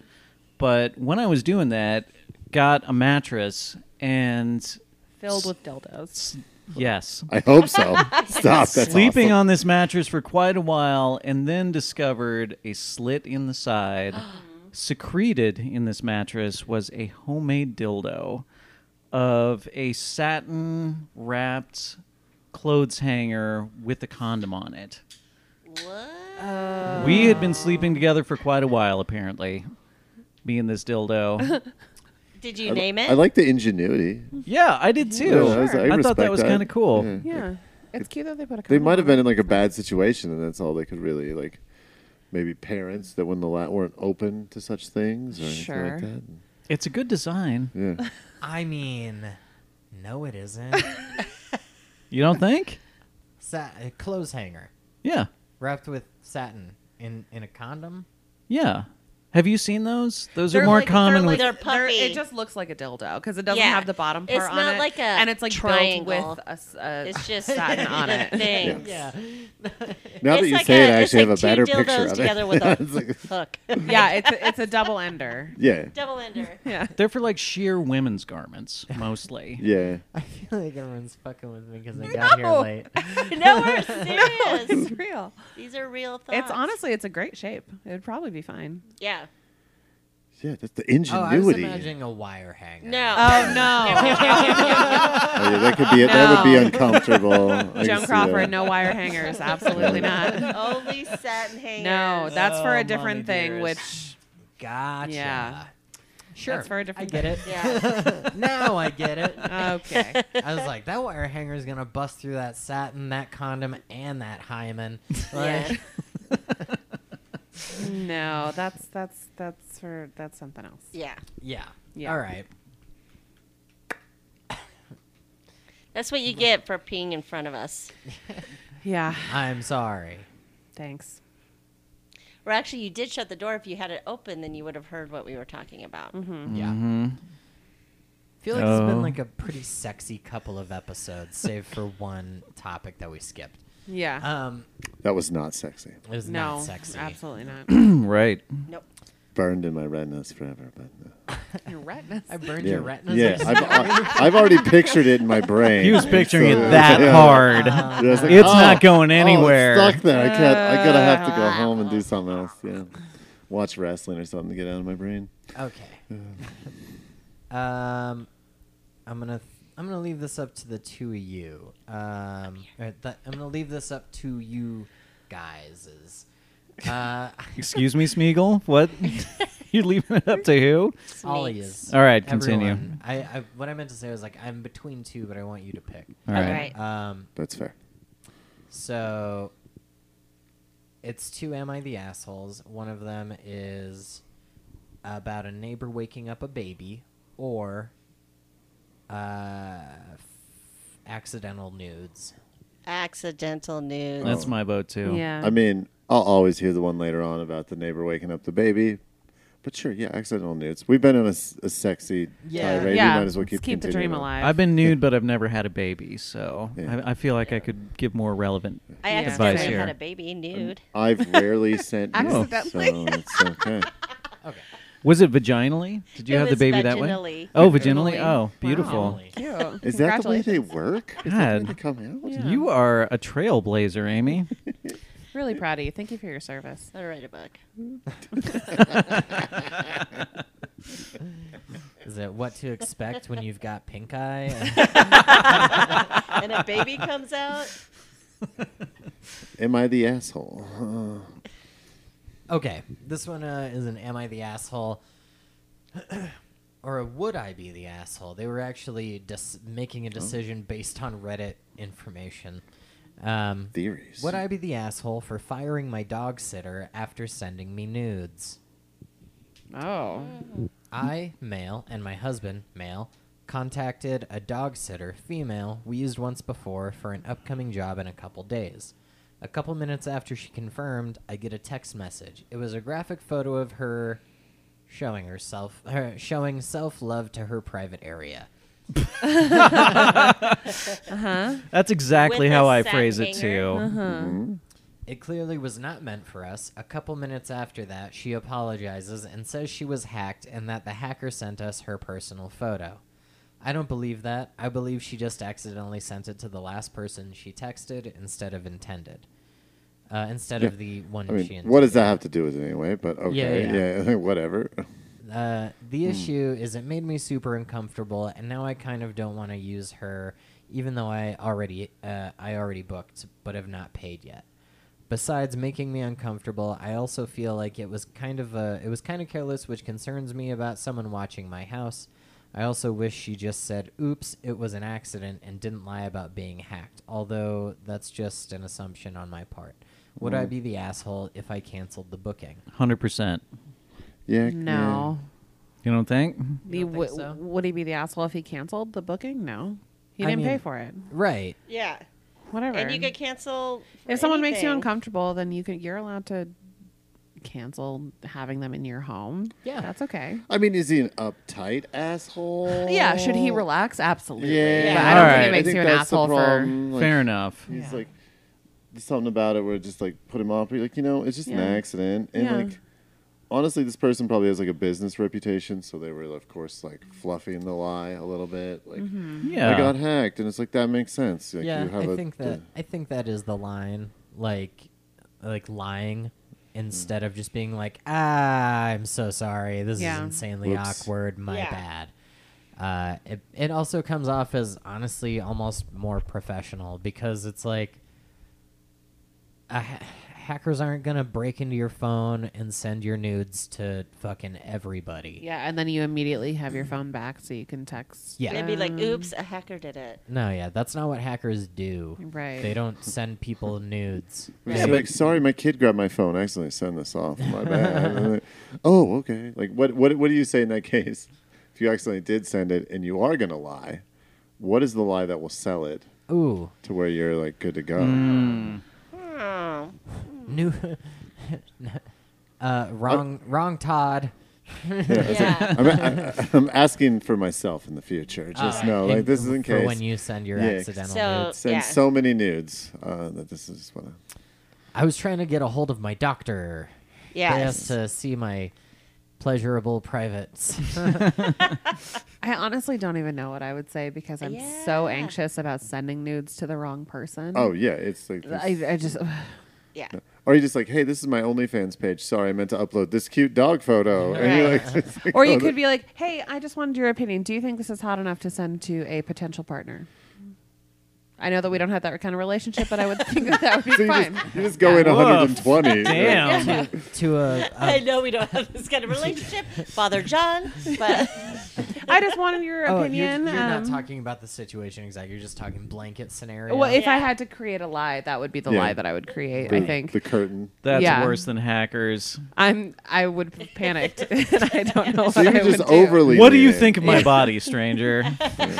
Speaker 5: But when I was doing that, got a mattress and
Speaker 3: Filled with dildos.
Speaker 5: yes,
Speaker 2: I hope so. Stop. That's
Speaker 5: sleeping
Speaker 2: awesome.
Speaker 5: on this mattress for quite a while and then discovered a slit in the side. Secreted in this mattress was a homemade dildo of a satin wrapped clothes hanger with a condom on it.
Speaker 2: Oh.
Speaker 5: We had been sleeping together for quite a while, apparently. Me and this dildo.
Speaker 4: Did you name it?
Speaker 2: I like the ingenuity.
Speaker 5: yeah, I did too.
Speaker 2: Yeah, I was- I
Speaker 5: I, thought
Speaker 2: respect
Speaker 5: that was
Speaker 2: that.
Speaker 5: kind of cool.
Speaker 2: Yeah.
Speaker 3: Yeah, it's cute that they put a.
Speaker 2: They
Speaker 3: condom
Speaker 2: might have
Speaker 3: on
Speaker 2: been in like a bad situation, and that's all they could really like. Maybe parents that when the la- weren't open to such things or
Speaker 3: Sure.
Speaker 2: anything
Speaker 5: It's a good design.
Speaker 2: like that. Yeah.
Speaker 1: I mean, no, it isn't.
Speaker 5: You don't think?
Speaker 1: Sa- a clothes hanger
Speaker 5: Yeah.
Speaker 1: wrapped with satin in in a condom.
Speaker 5: Yeah. Have you seen those? Those
Speaker 3: They're
Speaker 5: are more
Speaker 3: like-
Speaker 5: common
Speaker 4: they're
Speaker 5: with
Speaker 4: like-
Speaker 3: it. They're-
Speaker 4: puffy.
Speaker 3: It just looks like a dildo because it doesn't
Speaker 4: Yeah.
Speaker 3: have the bottom part
Speaker 4: It's
Speaker 3: on
Speaker 4: not
Speaker 3: it,
Speaker 4: like a
Speaker 3: and it's like
Speaker 4: triangle.
Speaker 3: built with a, s- a
Speaker 4: it's just
Speaker 3: satin on it.
Speaker 4: Things.
Speaker 1: Yeah.
Speaker 2: Now
Speaker 4: It's
Speaker 2: that you
Speaker 4: like
Speaker 2: say it,
Speaker 4: a-
Speaker 2: I
Speaker 4: it's
Speaker 2: actually
Speaker 4: like
Speaker 2: have a better
Speaker 4: two dildos
Speaker 2: picture of it.
Speaker 4: together with a
Speaker 2: It's like-
Speaker 4: hook.
Speaker 3: yeah, it's a, it's a double ender.
Speaker 2: yeah.
Speaker 4: Double ender.
Speaker 3: Yeah.
Speaker 5: They're for like sheer women's garments mostly.
Speaker 2: Yeah.
Speaker 1: I feel like everyone's fucking with me because I got here
Speaker 3: No.
Speaker 1: late.
Speaker 4: no, we're serious.
Speaker 3: it's real.
Speaker 4: These are real thoughts.
Speaker 3: It's honestly, it's a great shape. It would probably be fine.
Speaker 4: Yeah.
Speaker 2: Yeah. That's
Speaker 1: Oh,
Speaker 2: the
Speaker 1: I was
Speaker 2: ingenuity.
Speaker 1: imagining a wire hanger.
Speaker 4: No.
Speaker 3: Oh no,
Speaker 2: Oh, yeah, that could be. That would be
Speaker 3: No.
Speaker 2: uncomfortable. I can
Speaker 3: Joan
Speaker 2: see
Speaker 3: Crawford,
Speaker 2: that.
Speaker 3: no wire hangers, absolutely not.
Speaker 4: Only satin hangers.
Speaker 3: No, that's
Speaker 1: Oh,
Speaker 3: for a
Speaker 1: mommy
Speaker 3: different thing.
Speaker 1: dearest. Gotcha.
Speaker 3: Yeah.
Speaker 1: Sure.
Speaker 3: That's for a different
Speaker 1: I get it.
Speaker 4: Yeah.
Speaker 1: now I get it.
Speaker 3: Which okay,
Speaker 1: I was like, that wire hanger is gonna bust through that satin, that condom, and that hymen. Like,
Speaker 4: Yeah.
Speaker 3: no, that's that's that's for that's something else.
Speaker 4: yeah.
Speaker 1: yeah.
Speaker 3: Yeah.
Speaker 1: All right.
Speaker 4: That's what you get for peeing in front of us.
Speaker 3: Yeah,
Speaker 1: I'm sorry.
Speaker 3: thanks.
Speaker 4: Or actually, you did shut the door. If you had it open, then you would have heard what we were talking about.
Speaker 3: Mm-hmm.
Speaker 1: Yeah.
Speaker 2: Mm-hmm.
Speaker 5: Mhm.
Speaker 1: I feel like it's
Speaker 5: Oh.
Speaker 1: been like a pretty sexy couple of episodes, save for one topic that we skipped.
Speaker 3: Yeah,
Speaker 1: Um,
Speaker 2: That was not sexy.
Speaker 1: it was
Speaker 3: no,
Speaker 1: not sexy.
Speaker 3: absolutely not.
Speaker 5: Mm, Right.
Speaker 4: Nope.
Speaker 2: Burned in my retinas forever, but. Uh,
Speaker 3: Your retinas.
Speaker 1: I burned
Speaker 2: yeah.
Speaker 1: your retinas.
Speaker 2: Yeah,
Speaker 1: I
Speaker 2: I've, I- I've already pictured it in my brain.
Speaker 5: He was
Speaker 2: And
Speaker 5: picturing
Speaker 2: so- uh,
Speaker 5: it that
Speaker 2: yeah.
Speaker 5: hard.
Speaker 2: Yeah, I was like,
Speaker 5: uh, it's
Speaker 2: oh,
Speaker 5: not going
Speaker 2: oh, it's
Speaker 5: anywhere.
Speaker 2: stuck there. I can't. I gotta have to go home and do something else. Yeah, watch wrestling or something to get out of my brain.
Speaker 1: Okay. um, I'm gonna th- I'm gonna leave this up to the two of you. Um, or th- I'm gonna leave this up to you guys. Uh,
Speaker 5: Excuse me, Smeagol? What? You're leaving it up to who?
Speaker 1: Ollie
Speaker 4: Snakes.
Speaker 1: is.
Speaker 5: All right, continue.
Speaker 1: everyone. I, I what I meant to say was like I'm between two, but I want you to pick.
Speaker 5: All right.
Speaker 4: Right.
Speaker 1: Um,
Speaker 2: That's fair.
Speaker 1: So it's two Am I the Assholes. One of them is about a neighbor waking up a baby or uh, f- accidental nudes.
Speaker 4: Accidental nudes.
Speaker 5: That's my vote too.
Speaker 3: yeah,
Speaker 2: I mean, I'll always hear the one later on about the neighbor waking up the baby. But sure, yeah, accidental nudes. We've been on a, s- a sexy
Speaker 1: Yeah.
Speaker 2: tirade.
Speaker 3: yeah.
Speaker 2: We might as well keep,
Speaker 3: Let's keep the
Speaker 2: continuing
Speaker 3: dream
Speaker 2: on.
Speaker 3: alive.
Speaker 5: I've been nude, but I've never had a baby, so
Speaker 2: Yeah.
Speaker 5: I, I feel like I could give more relevant.
Speaker 4: I
Speaker 3: Yeah.
Speaker 4: accidentally
Speaker 5: Advice here.
Speaker 4: had a baby nude.
Speaker 2: I've rarely sent nudes, so
Speaker 3: Accidentally.
Speaker 2: it's okay.
Speaker 1: Okay.
Speaker 5: Was it vaginally? Did you
Speaker 4: It
Speaker 5: have the
Speaker 4: was
Speaker 5: baby that way?
Speaker 4: vaginally.
Speaker 5: Oh, vaginally.
Speaker 3: Vaginally.
Speaker 5: Oh, beautiful.
Speaker 1: Emily.
Speaker 3: Cute.
Speaker 2: Is that the way
Speaker 3: Congratulations.
Speaker 2: they work? Is that the way
Speaker 5: God.
Speaker 2: they come out?
Speaker 3: Yeah.
Speaker 5: You are a trailblazer, Amy.
Speaker 3: Really proud of you. Thank you for your service.
Speaker 4: I'll write a book.
Speaker 1: Is it what to expect when you've got pink eye?
Speaker 4: And a baby comes out.
Speaker 2: Am I the asshole?
Speaker 1: Okay, this one uh, is an "Am I the asshole?" or a "Would I be the asshole?" They were actually dis- making a decision based on Reddit information. Um,
Speaker 2: Theories.
Speaker 1: Would I be the asshole for firing my dog sitter after sending me nudes?
Speaker 3: Oh.
Speaker 1: I, male, and my husband, male, contacted a dog sitter, female, we used once before for an upcoming job in a couple days. A couple minutes after she confirmed, I get a text message. It was a graphic photo of her showing herself, her showing self-love to her private area.
Speaker 5: That's exactly
Speaker 4: With
Speaker 5: how
Speaker 4: a
Speaker 5: I
Speaker 4: sack
Speaker 5: phrase it too.
Speaker 4: hanger.
Speaker 1: It clearly was not meant for us. A couple minutes after that, she apologizes and says she was hacked and that the hacker sent us her personal photo. I don't believe that. I believe she just accidentally sent it to the last person she texted instead of intended. Uh, instead of the one
Speaker 2: I
Speaker 1: she
Speaker 2: mean,
Speaker 1: intended.
Speaker 2: what does that have to do with it anyway? But okay,
Speaker 1: yeah,
Speaker 2: yeah, whatever.
Speaker 1: Uh, the issue is it made me super uncomfortable, and now I kind of don't want to use her, even though I already uh, I already booked but have not paid yet. Besides making me uncomfortable, I also feel like it was kind of uh, it was kind of careless, which concerns me about someone watching my house. I also wish she just said, "Oops, it was an accident," and didn't lie about being hacked. Although that's just an assumption on my part. Would I be the asshole if I canceled the booking?
Speaker 5: Hundred percent.
Speaker 2: Yeah.
Speaker 3: No.
Speaker 5: You don't think?
Speaker 3: He
Speaker 1: don't think
Speaker 3: w-
Speaker 1: so?
Speaker 3: Would he be the asshole if he canceled the booking? No. He
Speaker 1: I
Speaker 3: didn't pay
Speaker 1: mean-
Speaker 3: for it.
Speaker 1: Right.
Speaker 4: Yeah.
Speaker 3: Whatever.
Speaker 4: And you could cancel. for
Speaker 3: if someone makes you
Speaker 4: anything.
Speaker 3: uncomfortable, then you can you're allowed to cancel having them in your home.
Speaker 1: Yeah.
Speaker 3: That's okay.
Speaker 2: I mean, is he an uptight asshole?
Speaker 3: Yeah, should he relax? Absolutely.
Speaker 2: Yeah.
Speaker 3: But I don't
Speaker 5: All
Speaker 3: think
Speaker 5: right.
Speaker 3: it makes
Speaker 2: I
Speaker 3: you an
Speaker 2: that's the
Speaker 3: asshole for
Speaker 2: problem, like,
Speaker 5: Fair enough.
Speaker 2: He's
Speaker 3: Yeah.
Speaker 2: like, there's something about it where it just like put him off. You're like, you know, it's just an
Speaker 3: Yeah.
Speaker 2: accident. And
Speaker 3: Yeah.
Speaker 2: like, honestly, this person probably has like a business reputation, so they were, of course, like fluffing the lie a little bit. Like,
Speaker 3: Mm-hmm.
Speaker 5: Yeah.
Speaker 2: I got hacked, and it's like that makes sense. Like,
Speaker 1: yeah,
Speaker 2: you have
Speaker 1: I
Speaker 2: a-
Speaker 1: think that I think that is the line, like, like lying instead of just being like, "Ah, I'm so sorry. This
Speaker 3: Yeah.
Speaker 1: is insanely
Speaker 2: Whoops.
Speaker 1: awkward. My
Speaker 4: Yeah.
Speaker 1: bad." Uh, it it also comes off as honestly almost more professional because it's like, uh, ha- hackers aren't gonna break into your phone and send your nudes to fucking everybody.
Speaker 3: Yeah, and then you immediately have your phone back so you can text. Um,
Speaker 1: Yeah.
Speaker 4: They'd be like,
Speaker 3: them.
Speaker 4: oops, a hacker did it.
Speaker 1: No, yeah, that's not what hackers do.
Speaker 3: Right.
Speaker 1: They don't send people nudes.
Speaker 2: Yeah,
Speaker 1: They-
Speaker 2: like sorry, my kid grabbed my phone. I accidentally sent this off. My bad. And I'm like, oh, okay. Like, what, what, what do you say in that case? If you accidentally did send it and you are gonna lie, what is the lie that will sell it
Speaker 1: Ooh,
Speaker 2: to where you're like good to go?
Speaker 1: Mm.
Speaker 4: Oh.
Speaker 1: new, uh, wrong, wrong, Todd.
Speaker 4: Yeah.
Speaker 2: I'm, I, I'm asking for myself in the future. Just know, like this is in
Speaker 1: Oh, Uh, for
Speaker 2: case.
Speaker 1: when you send your
Speaker 2: Yeah,
Speaker 1: accidental
Speaker 4: So-
Speaker 1: nudes.
Speaker 2: Send
Speaker 4: Yeah.
Speaker 2: so many nudes uh, that this is what. I,
Speaker 1: I was trying to get a hold of my doctor. They
Speaker 4: Yes.
Speaker 1: asked to see my pleasurable privates.
Speaker 3: I honestly don't even know what I would say because I'm so
Speaker 4: Yeah.
Speaker 3: anxious about sending nudes to the wrong person.
Speaker 2: oh yeah, it's like. This,
Speaker 3: I, I just
Speaker 4: Yeah.
Speaker 2: or you just like, hey, this is my OnlyFans page. Sorry, I meant to upload this cute dog photo. And you're like, just like,
Speaker 3: or you
Speaker 2: oh,
Speaker 3: could be like, "Hey, I just wanted your opinion. Do you think this is hot enough to send to a potential partner?" I know that we don't have that kind of relationship, but I would think that that would be
Speaker 2: So you
Speaker 3: fine.
Speaker 2: just, you just go in
Speaker 5: Woof.
Speaker 2: 120.
Speaker 5: Damn.
Speaker 1: to a, oh, a
Speaker 4: I know we don't have this kind of relationship, Father John, but
Speaker 3: I just wanted your
Speaker 1: oh,
Speaker 3: opinion.
Speaker 1: You're, you're not
Speaker 3: um,
Speaker 1: talking about the situation exactly. You're just talking blanket scenario.
Speaker 3: Well, if I
Speaker 4: Yeah.
Speaker 3: had to create a lie, that would be the
Speaker 2: Yeah.
Speaker 3: lie that I would create.
Speaker 2: The,
Speaker 3: I think
Speaker 2: the curtain.
Speaker 5: That's
Speaker 3: Yeah.
Speaker 5: worse than hackers.
Speaker 3: I'm. I would have panicked. and I don't know.
Speaker 2: So
Speaker 3: what
Speaker 2: you're
Speaker 3: I
Speaker 2: just
Speaker 3: would
Speaker 2: overly.
Speaker 5: What do you
Speaker 2: lenient.
Speaker 5: think of my body, stranger?
Speaker 3: Do.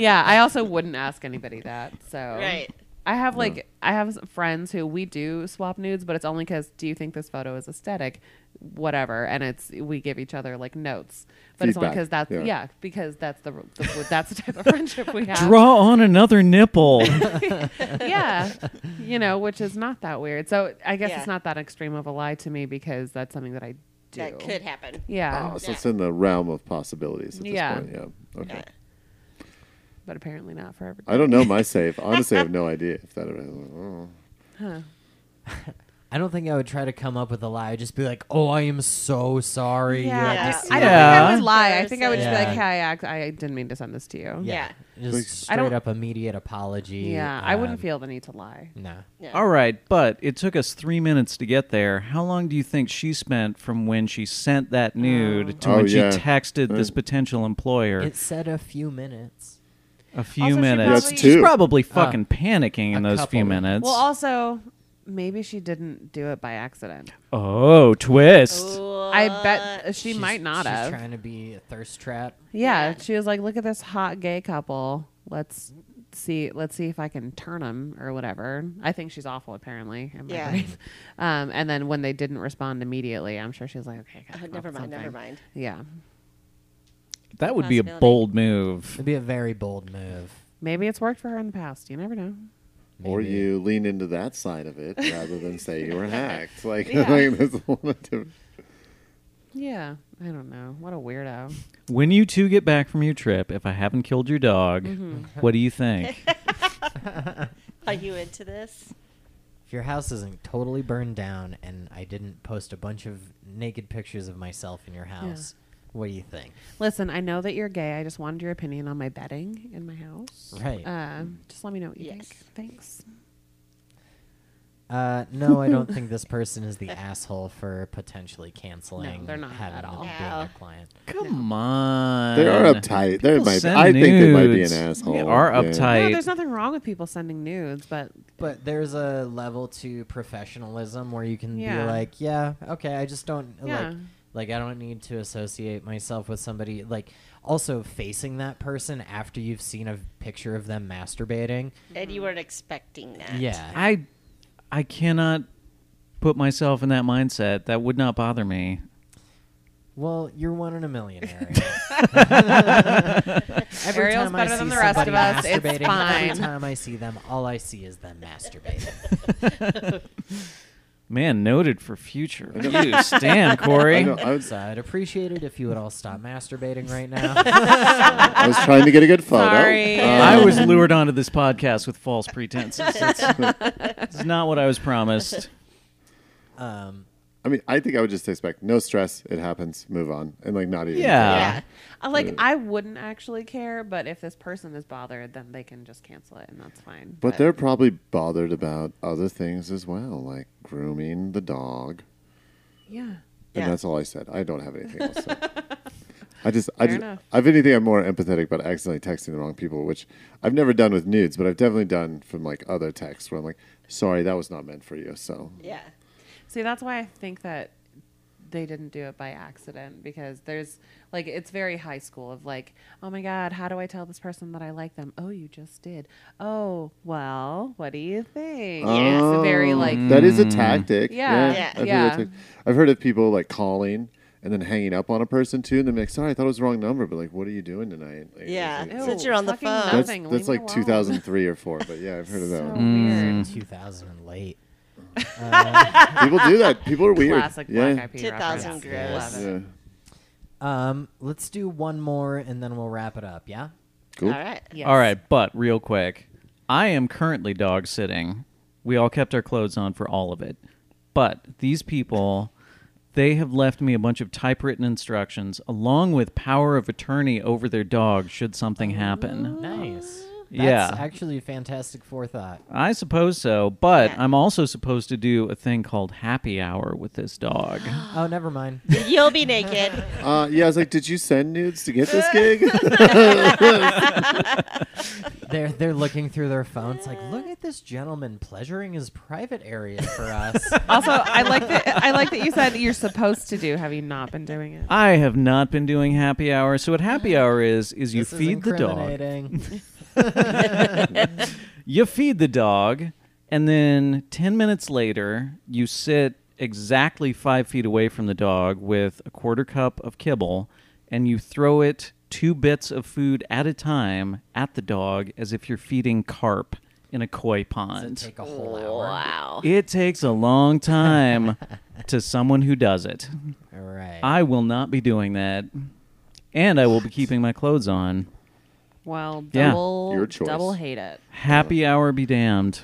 Speaker 3: Yeah, I also wouldn't ask anybody that. So
Speaker 4: right.
Speaker 3: I have like I have some friends who we do swap nudes, but it's only because do you think this photo is aesthetic, whatever, and it's we give each other like notes, but it's only
Speaker 2: Feedback,
Speaker 3: because that's yeah.
Speaker 2: yeah.
Speaker 3: because that's the, the that's the type of friendship we have.
Speaker 5: Draw on another nipple.
Speaker 3: yeah, you know, which is not that weird. So I guess
Speaker 4: Yeah.
Speaker 3: it's not that extreme of a lie to me because that's something that I do.
Speaker 4: That could happen.
Speaker 3: Yeah,
Speaker 2: Oh, so
Speaker 4: Yeah.
Speaker 2: it's in the realm of possibilities at this
Speaker 3: Yeah.
Speaker 2: point. Yeah. Okay.
Speaker 4: Yeah.
Speaker 3: but apparently not for everybody.
Speaker 2: I don't know my save. Honestly, I have no idea if that. Ever, oh.
Speaker 1: I don't think I would try to come up with a lie. I'd just be like, "Oh, I am so sorry." You're a
Speaker 4: Yeah.
Speaker 1: dis-
Speaker 3: I don't think I
Speaker 5: Yeah.
Speaker 3: would lie. I think I would just be
Speaker 1: Yeah.
Speaker 3: like, "Hey, I, ac- I didn't mean to send this to you." Yeah,
Speaker 4: Yeah.
Speaker 1: Just
Speaker 2: Like-
Speaker 1: straight
Speaker 3: I don't-
Speaker 1: up immediate apology.
Speaker 3: I wouldn't
Speaker 1: um,
Speaker 3: feel the need to lie.
Speaker 1: No.
Speaker 4: Yeah.
Speaker 5: All right, but it took us three minutes to get there. How long do you think she spent from when she sent that nude to
Speaker 2: Oh,
Speaker 5: when she
Speaker 2: yeah.
Speaker 5: texted this
Speaker 2: Uh,
Speaker 5: potential employer?
Speaker 1: It said a few minutes.
Speaker 5: a few
Speaker 3: Also, she
Speaker 5: minutes.
Speaker 2: probably- That's
Speaker 5: She's
Speaker 2: two.
Speaker 5: probably fucking panicking
Speaker 1: a
Speaker 5: in those
Speaker 1: couple
Speaker 5: few
Speaker 1: minutes.
Speaker 5: minutes.
Speaker 3: Well, also, maybe she didn't do it by accident.
Speaker 5: oh, twist.
Speaker 3: I bet uh, she
Speaker 1: She's-
Speaker 3: might
Speaker 1: she's
Speaker 3: not have.
Speaker 1: trying to be a thirst trap.
Speaker 3: yeah,
Speaker 4: Yeah.
Speaker 3: she was like, "Look at this hot gay couple. Let's see. Let's see if I can turn them or whatever." I think she's awful, apparently. Am I
Speaker 4: Yeah.
Speaker 3: right? Um, and then when they didn't respond immediately, I'm sure she was like, "Okay, I gotta
Speaker 4: Oh,
Speaker 3: come
Speaker 4: never
Speaker 3: up with
Speaker 4: mind. Never
Speaker 3: something."
Speaker 4: mind.
Speaker 3: Yeah,
Speaker 5: That would be a
Speaker 4: Possibility.
Speaker 5: bold move.
Speaker 1: It'd be a very bold move.
Speaker 3: maybe it's worked for her in the past. You never know.
Speaker 2: Or
Speaker 1: Maybe.
Speaker 2: you lean into that side of it rather than say you were hacked. Like,
Speaker 3: Yeah.
Speaker 2: like that's one of the-
Speaker 3: Yeah, I don't know. What a weirdo.
Speaker 5: When you two get back from your trip, if I haven't killed your dog,
Speaker 3: Mm-hmm.
Speaker 5: what do you think?
Speaker 4: Are you into this?
Speaker 1: If your house isn't totally burned down and I didn't post a bunch of naked pictures of myself in your house, what do you think?
Speaker 3: Listen, I know that you're gay. I just wanted your opinion on my bedding in my house.
Speaker 1: Right.
Speaker 3: Um, just let me know what you think.
Speaker 4: Yes.
Speaker 3: Thanks.
Speaker 1: Uh, no, I don't think this person is the asshole for potentially canceling.
Speaker 3: No, they're not
Speaker 1: having
Speaker 3: at
Speaker 1: them
Speaker 3: all.
Speaker 1: being
Speaker 4: No.
Speaker 1: a client.
Speaker 5: Come on.
Speaker 2: They are uptight. They
Speaker 5: People
Speaker 2: might. Be,
Speaker 5: send
Speaker 2: I think they might be
Speaker 5: nudes.
Speaker 2: an asshole.
Speaker 5: They are
Speaker 2: Yeah.
Speaker 5: uptight.
Speaker 3: no, there's nothing wrong with people sending nudes, but
Speaker 1: But there's a level to professionalism where you can
Speaker 3: Yeah.
Speaker 1: be like, yeah, okay, I just don't
Speaker 3: Yeah.
Speaker 1: like like I don't need to associate myself with somebody like also facing that person after you've seen a picture of them masturbating.
Speaker 4: And you weren't expecting that.
Speaker 1: Yeah.
Speaker 5: I I cannot put myself in that mindset. That would not bother me.
Speaker 1: Well, you're one in a million, Ariel. every
Speaker 3: Ariel's
Speaker 1: time I
Speaker 3: better than
Speaker 1: see
Speaker 3: the rest of
Speaker 1: somebody
Speaker 3: us. It's
Speaker 1: masturbating,
Speaker 3: fine.
Speaker 1: Every time I see them, all I see is them masturbating.
Speaker 5: Man, noted for future use. Damn, Corey.
Speaker 2: I, know, I, was,
Speaker 1: So I'd appreciate it if you would all stop masturbating right now.
Speaker 2: I was trying to get a good photo.
Speaker 3: Sorry.
Speaker 2: Um,
Speaker 5: I was lured onto this podcast with false pretenses. It's, it's not what I was promised.
Speaker 1: Um,
Speaker 2: I mean, I think I would just expect no stress. It happens. Move on, and like not even.
Speaker 5: Yeah.
Speaker 4: Yeah.
Speaker 3: I uh,
Speaker 2: Mm.
Speaker 3: like I wouldn't actually care. But if this person is bothered, then they can just cancel it, and that's fine.
Speaker 2: But they're probably bothered about other things as well, like grooming the dog.
Speaker 3: yeah,
Speaker 2: And
Speaker 4: Yeah.
Speaker 2: that's all I said. I don't have anything else. to say. I just, I
Speaker 3: Fair
Speaker 2: just,
Speaker 3: enough.
Speaker 2: I've anything. I'm more empathetic about accidentally texting the wrong people, which I've never done with nudes, but I've definitely done from like other texts where I'm like, sorry, that was not meant for you. So
Speaker 4: Yeah.
Speaker 3: See, that's why I think that they didn't do it by accident because there's like it's very high school of like, oh my god, how do I tell this person that I like them? Oh, you just did. Oh, well, what do you think? It's a very
Speaker 2: Oh,
Speaker 3: like
Speaker 2: that is a tactic.
Speaker 3: Yeah,
Speaker 4: yeah,
Speaker 2: I've heard
Speaker 3: yeah.
Speaker 2: of tac- I've heard of people like calling and then hanging up on a person too, and then like, sorry, I thought it was the wrong number, but like, what are you doing tonight? Like,
Speaker 4: Yeah.
Speaker 2: it's like-
Speaker 3: Ew,
Speaker 4: Since you're on the
Speaker 3: fucking
Speaker 4: phone.
Speaker 2: that's
Speaker 3: nothing,
Speaker 2: that's
Speaker 3: leave me
Speaker 2: like
Speaker 3: alone.
Speaker 2: 2003 or four, but yeah, I've heard of that.
Speaker 3: So
Speaker 2: one.
Speaker 3: weird.
Speaker 1: 2000 and late.
Speaker 2: People do that. People are weird.
Speaker 3: Classic
Speaker 2: yeah.
Speaker 3: black IP
Speaker 4: 2000
Speaker 3: reference.
Speaker 4: gross.
Speaker 3: Love it.
Speaker 2: Yeah.
Speaker 1: Um, let's do one more and then we'll wrap it up. Yeah.
Speaker 2: Cool.
Speaker 4: All right.
Speaker 3: Yes.
Speaker 5: All right, but real quick, I am currently dog sitting. We all kept our clothes on for all of it. But these people, they have left me a bunch of typewritten instructions along with power of attorney over their dog should something
Speaker 1: Oh.
Speaker 5: happen.
Speaker 1: Nice.
Speaker 5: Yeah.
Speaker 1: That's actually fantastic forethought.
Speaker 5: I suppose so, but
Speaker 4: Yeah.
Speaker 5: I'm also supposed to do a thing called happy hour with this dog.
Speaker 1: Oh, never mind.
Speaker 4: You'll be naked.
Speaker 2: Uh, yeah, I was like, did you send nudes to get this gig?
Speaker 1: They're they're looking through their phones like, look at this gentleman pleasuring his private area for us.
Speaker 3: Also, I like that. I like that you said you're supposed to do. Have you not been doing it?
Speaker 5: I have not been doing happy hour. So what happy hour is is you
Speaker 1: This is
Speaker 5: feed the dog.
Speaker 1: incriminating.
Speaker 5: you feed the dog, and then 10 minutes later, you sit exactly five feet away from the dog with a quarter cup of kibble, and you throw it two bits of food at a time at the dog as if you're feeding carp in a koi
Speaker 1: Does it
Speaker 5: pond.
Speaker 1: take a whole hour.
Speaker 5: It takes a long time to someone who does it.
Speaker 1: All right.
Speaker 5: I will not be doing that, and I will be keeping my clothes on.
Speaker 3: Well,
Speaker 5: Yeah.
Speaker 3: double
Speaker 2: Your choice.
Speaker 3: double hate it.
Speaker 5: Happy hour be damned.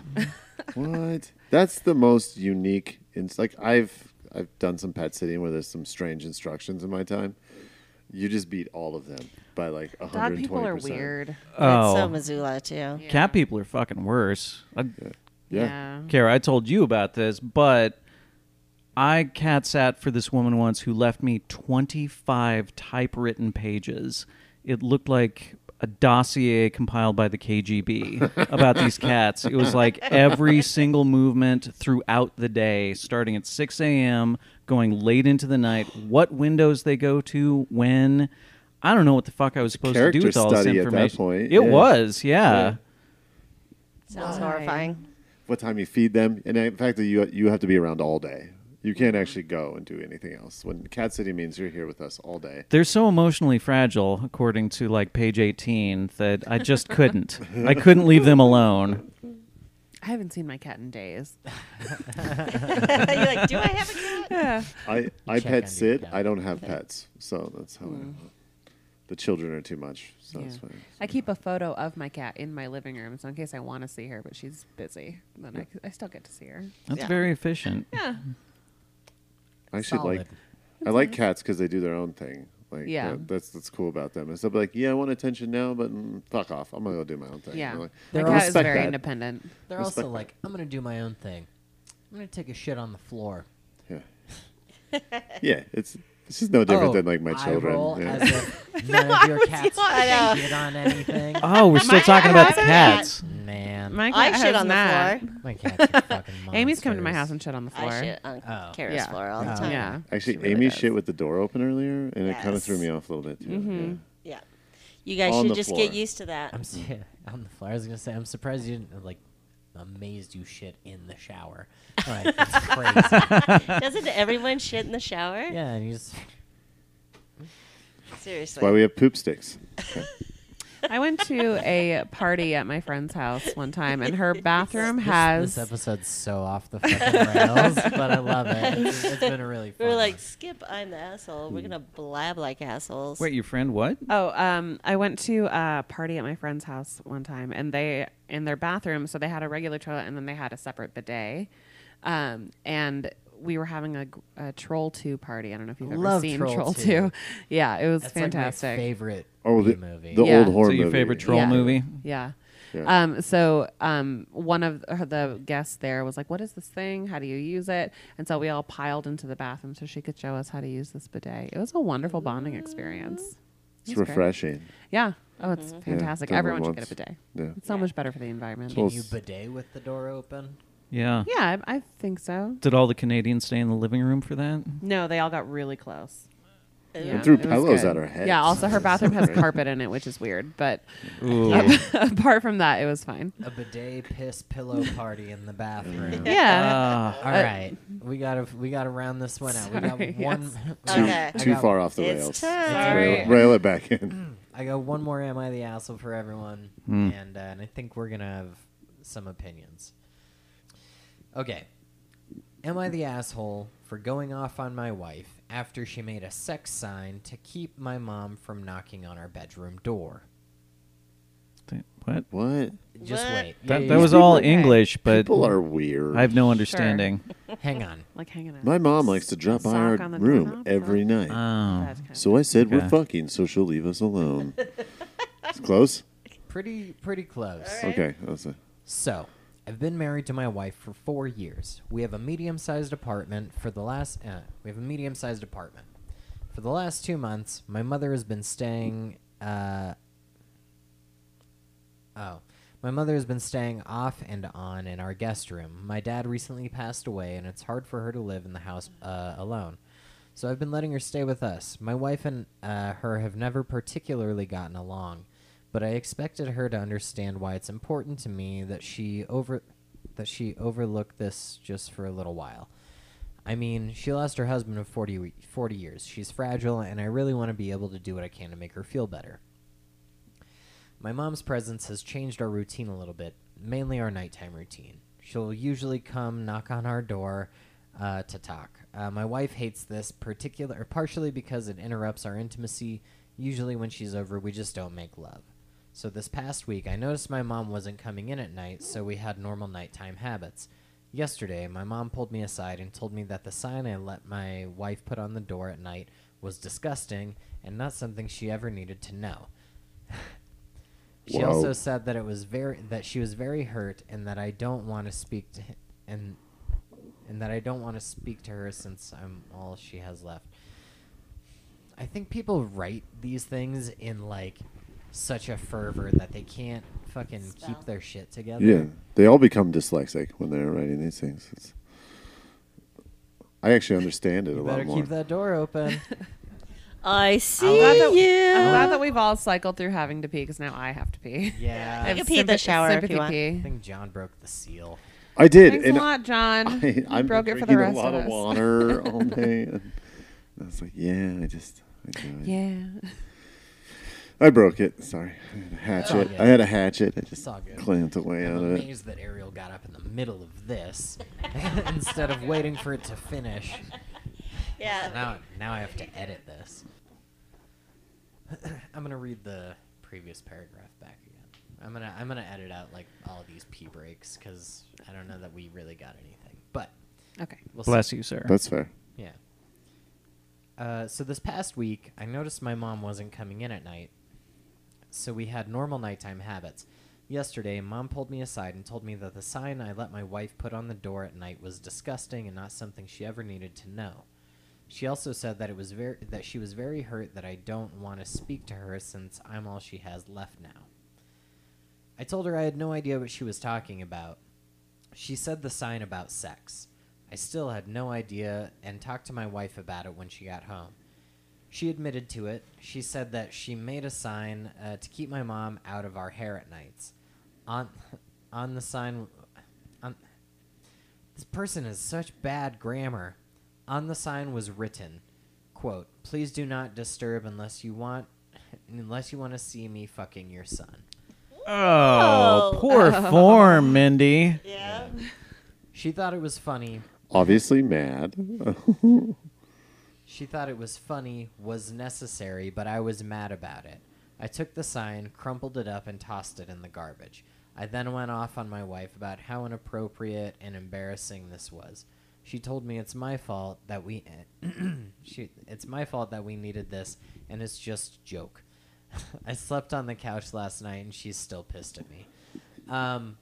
Speaker 2: what? That's the most unique. It's like I've I've done some pet sitting where there's some strange instructions in my time. You just beat all of them by like 120%.
Speaker 3: Dog people are weird.
Speaker 5: Oh,
Speaker 4: That's so Missoula too.
Speaker 5: cat people are fucking worse. I,
Speaker 2: Yeah.
Speaker 5: Kara, I told you about this, but I cat sat for this woman once who left me 25 typewritten pages. It looked like a dossier compiled by the KGB about these cats. It was like every single movement throughout the day, starting at 6 a.m., going late into the night, what windows they go to, when. I don't know what the fuck I was supposed to do
Speaker 2: character
Speaker 5: with all this
Speaker 2: study at that
Speaker 5: information.
Speaker 2: point,
Speaker 5: It
Speaker 2: yeah.
Speaker 5: was, yeah.
Speaker 4: Sounds
Speaker 3: Why?
Speaker 4: horrifying.
Speaker 2: What time you feed them, and in fact, that you you have to be around all day. You can't
Speaker 3: Mm-hmm.
Speaker 2: actually go and do anything else. When cat sitting means you're here with us all day.
Speaker 5: They're so emotionally fragile, according to like page 18, that I just couldn't. I couldn't leave them alone.
Speaker 3: I haven't seen my cat in days.
Speaker 4: You're like, do I have a cat?
Speaker 2: I I
Speaker 1: Check on your
Speaker 2: pet sit.
Speaker 1: cat.
Speaker 2: I don't have pets, so that's how. I, the children are too much, so that's
Speaker 3: Mm. Yeah.
Speaker 2: fine.
Speaker 3: I keep a photo of my cat in my living room, so in case I want to see her, but she's busy, then I, c- I still get to see her.
Speaker 5: That's
Speaker 4: Yeah.
Speaker 5: very efficient.
Speaker 2: I actually
Speaker 1: Solid.
Speaker 2: like I like cats because they do their own thing. Like
Speaker 3: Yeah.
Speaker 2: that- that's that's cool about them. Instead of like, yeah, I want attention now, but mm, fuck off. I'm gonna go do my own thing.
Speaker 3: Yeah,
Speaker 2: You're like,
Speaker 3: my
Speaker 1: They're
Speaker 2: "I
Speaker 3: cat is
Speaker 2: respect
Speaker 3: very
Speaker 2: that."
Speaker 3: independent.
Speaker 1: They're
Speaker 2: Respect
Speaker 1: also
Speaker 2: that.
Speaker 1: like, I'm gonna do my own thing. I'm gonna take a shit on the floor.
Speaker 2: Yeah. yeah, it's this is no different
Speaker 1: Oh,
Speaker 2: than like my
Speaker 1: eye
Speaker 2: children.
Speaker 1: roll
Speaker 2: yeah.
Speaker 1: as if none of your cats
Speaker 4: I know.
Speaker 1: shit on anything.
Speaker 5: Oh, we're still
Speaker 4: My-
Speaker 5: talking
Speaker 4: I
Speaker 5: about
Speaker 4: have
Speaker 5: the
Speaker 4: a
Speaker 5: cats.
Speaker 1: Man,
Speaker 3: My cat
Speaker 4: I
Speaker 3: has
Speaker 4: shit on
Speaker 3: not.
Speaker 4: the floor.
Speaker 1: my cats are fucking monsters.
Speaker 3: Amy's come to my house and shit on the floor.
Speaker 4: I shit on
Speaker 1: Oh.
Speaker 4: Kara's
Speaker 3: Yeah.
Speaker 4: floor all the
Speaker 1: Oh.
Speaker 4: time.
Speaker 3: Yeah.
Speaker 2: Uh, Actually,
Speaker 3: She really
Speaker 2: Amy
Speaker 3: does.
Speaker 2: shit with the door open earlier, and it kind of
Speaker 4: Yes.
Speaker 2: threw me off a little bit too.
Speaker 3: Mm-hmm.
Speaker 2: yeah.
Speaker 4: Yeah. You guys
Speaker 2: On the
Speaker 4: should just
Speaker 2: floor.
Speaker 4: get used to that.
Speaker 1: I'm
Speaker 2: Mm.
Speaker 1: s- on the floor. I was gonna say, I'm surprised you didn't like amazed you shit in the shower. Like, that's crazy.
Speaker 4: Doesn't everyone shit in the shower?
Speaker 1: yeah, and you just
Speaker 4: Seriously.
Speaker 2: That's why we have poop sticks.
Speaker 3: I went to a party at my friend's house one time, and her bathroom
Speaker 1: This-
Speaker 3: has.
Speaker 1: this episode's so off the fucking rails, but I love it. It's, it's been a really
Speaker 4: We
Speaker 1: fun.
Speaker 4: We're like,
Speaker 1: one.
Speaker 4: skip, I'm the asshole. We're going to blab like assholes.
Speaker 5: Wait, your friend what?
Speaker 3: Oh, um, I went to a party at my friend's house one time, and they in their bathroom. So they had a regular toilet, and then they had a separate bidet. Um, and we were having a, gr- a troll two party. I don't know if you've ever
Speaker 1: Love
Speaker 3: seen
Speaker 1: Troll
Speaker 3: Troll,
Speaker 1: 2.
Speaker 3: two. Yeah, it was
Speaker 1: that's Like
Speaker 3: fantastic.
Speaker 1: my favorite
Speaker 2: Oh, the,
Speaker 1: movie.
Speaker 2: the
Speaker 3: Yeah.
Speaker 2: old horror
Speaker 5: So your
Speaker 2: movie.
Speaker 5: favorite troll
Speaker 3: Yeah.
Speaker 5: movie?
Speaker 3: Yeah.
Speaker 2: Yeah.
Speaker 3: Um, so um, one of the- the guests there was like, "What is this thing? How do you use it?" And so we all piled into the bathroom so she could show us how to use this bidet. It was a wonderful bonding experience.
Speaker 2: It's
Speaker 3: great.
Speaker 2: refreshing.
Speaker 3: Yeah. Oh, it's fantastic.
Speaker 2: done it
Speaker 3: Everyone should
Speaker 2: once.
Speaker 3: get a bidet.
Speaker 2: Yeah.
Speaker 3: It's so much better for the environment.
Speaker 1: Can
Speaker 2: Well,
Speaker 1: you
Speaker 2: s-
Speaker 1: bidet with the door open?
Speaker 5: Yeah.
Speaker 3: Yeah, I, I think so.
Speaker 5: Did all the Canadians stay in the living room for that?
Speaker 3: No, they all got really close.
Speaker 4: Ooh.
Speaker 3: Yeah,
Speaker 2: And threw
Speaker 3: it was
Speaker 2: pillows
Speaker 3: good.
Speaker 2: at her head.
Speaker 3: Yeah, also her bathroom has
Speaker 2: Right.
Speaker 3: carpet in it, which is weird. But
Speaker 5: Ooh.
Speaker 3: apart from that, it was fine.
Speaker 1: A bidet piss pillow party in the bathroom.
Speaker 3: Yeah.
Speaker 5: Ah.
Speaker 1: All right, we gotta we gotta round this one out. we
Speaker 3: Sorry,
Speaker 1: got one.
Speaker 2: Too,
Speaker 4: Okay.
Speaker 2: too
Speaker 1: I got-
Speaker 2: far off the
Speaker 4: It's
Speaker 2: rails.
Speaker 4: time.
Speaker 2: Rail,
Speaker 3: Sorry.
Speaker 2: rail it back
Speaker 3: Mm.
Speaker 2: in.
Speaker 1: I got one more. Am I the asshole for everyone?
Speaker 5: Hmm.
Speaker 1: And uh, and I think we're gonna have some opinions. Okay. Am I the asshole for going off on my wife after she made a sex sign to keep my mom from knocking on our bedroom door?
Speaker 5: Th- What?
Speaker 2: What?
Speaker 1: Just
Speaker 4: What?
Speaker 1: wait. Yeah,
Speaker 5: That,
Speaker 1: yeah,
Speaker 5: that
Speaker 1: yeah.
Speaker 5: was all
Speaker 3: Okay.
Speaker 5: English, but
Speaker 2: People are weird.
Speaker 5: I have no understanding.
Speaker 1: Hang on.
Speaker 3: Like hanging out.
Speaker 2: My mom likes to drop by
Speaker 3: Sock
Speaker 2: our
Speaker 3: on the
Speaker 2: room
Speaker 3: doorknob,
Speaker 2: every night.
Speaker 5: Oh.
Speaker 3: That kind of-
Speaker 2: so I said we're
Speaker 5: Okay.
Speaker 2: fucking, so she'll leave us alone. it's close.
Speaker 1: Pretty pretty close.
Speaker 2: Okay, that's it.
Speaker 1: So, I've been married to my wife for four years. We have a medium-sized apartment for the last. Uh, we have a medium-sized apartment. For the last two months, my mother has been staying. Uh, oh, my mother has been staying off and on in our guest room. My dad recently passed away, and it's hard for her to live in the house uh, alone. So I've been letting her stay with us. My wife and uh, her have never particularly gotten along, but I expected her to understand why it's important to me that she over that she overlooked this just for a little while. I mean, she lost her husband of 40, we- 40 years. She's fragile, and I really want to be able to do what I can to make her feel better. My mom's presence has changed our routine a little bit, mainly our nighttime routine. She'll usually come knock on our door uh, to talk. Uh, my wife hates this particular, partially because it interrupts our intimacy. Usually, when she's over, we just don't make love. So this past week, I noticed my mom wasn't coming in at night, so we had normal nighttime habits. Yesterday, my mom pulled me aside and told me that the sign I let my wife put on the door at night was disgusting and not something she ever needed to know. she
Speaker 2: Wow.
Speaker 1: also said that it was very that she was very hurt and that I don't want to speak to hi- and and that I don't want to speak to her since I'm all she has left. I think people write these things in like such a fervor that they can't fucking
Speaker 4: Spell.
Speaker 1: keep their shit together.
Speaker 2: Yeah, they all become dyslexic when they're writing these things. It's, I actually understand it a
Speaker 1: You
Speaker 2: lot
Speaker 1: better
Speaker 2: more.
Speaker 1: keep that door open.
Speaker 4: I see
Speaker 3: glad that-
Speaker 4: you.
Speaker 3: I'm glad that we've all cycled through having to pee because now I have to pee.
Speaker 1: yeah.
Speaker 4: You
Speaker 1: I
Speaker 4: can pee in the
Speaker 3: Sympathy-
Speaker 4: shower if you
Speaker 3: sympathy
Speaker 4: want.
Speaker 3: pee.
Speaker 1: think John broke the seal.
Speaker 2: I did,
Speaker 3: Thanks
Speaker 2: and
Speaker 3: a lot, John.
Speaker 2: I,
Speaker 3: You
Speaker 2: I'm
Speaker 3: broke it for the
Speaker 2: drinking a
Speaker 3: rest
Speaker 2: lot
Speaker 3: of,
Speaker 2: of,
Speaker 3: us.
Speaker 2: water all day. And I was like, yeah, I just, I, do it.
Speaker 3: Yeah.
Speaker 2: I broke it. Sorry, I had a
Speaker 1: all
Speaker 2: hatchet.
Speaker 1: good.
Speaker 2: I had a hatchet. I
Speaker 1: It's
Speaker 2: just
Speaker 1: all good.
Speaker 2: clamped away
Speaker 1: I'm
Speaker 2: out of it.
Speaker 1: amazed that Ariel got up in the middle of this instead of waiting for it to finish.
Speaker 4: Yeah.
Speaker 1: Now, now I have to edit this. I'm gonna read the previous paragraph back again. I'm gonna I'm gonna edit out like all these pee breaks because I don't know that we really got anything. But
Speaker 3: Okay.
Speaker 1: we'll see.
Speaker 5: Bless you, sir.
Speaker 2: That's fair.
Speaker 1: Yeah. Uh, so this past week, I noticed my mom wasn't coming in at night, so we had normal nighttime habits. Yesterday, mom pulled me aside and told me that the sign I let my wife put on the door at night was disgusting and not something she ever needed to know. She also said that it was very that she was very hurt that I don't want to speak to her since I'm all she has left now. I told her I had no idea what she was talking about. She said the sign about sex. I still had no idea and talked to my wife about it when she got home. She admitted to it. She said that she made a sign uh, to keep my mom out of our hair at nights. On, on the sign, on, this person has such bad grammar. On the sign was written, quote, "Please do not disturb unless you want, unless you want to see me fucking your son."
Speaker 5: Oh,
Speaker 4: Oh.
Speaker 5: poor form, Mindy.
Speaker 4: Yeah.
Speaker 1: She thought it was funny,
Speaker 2: Obviously mad.
Speaker 1: She thought it was funny, was necessary, but I was mad about it. I took the sign, crumpled it up, and tossed it in the garbage. I then went off on my wife about how inappropriate and embarrassing this was. She told me it's my fault that we eh, she, it's my fault that we needed this and it's just joke. I slept on the couch last night and she's still pissed at me. Um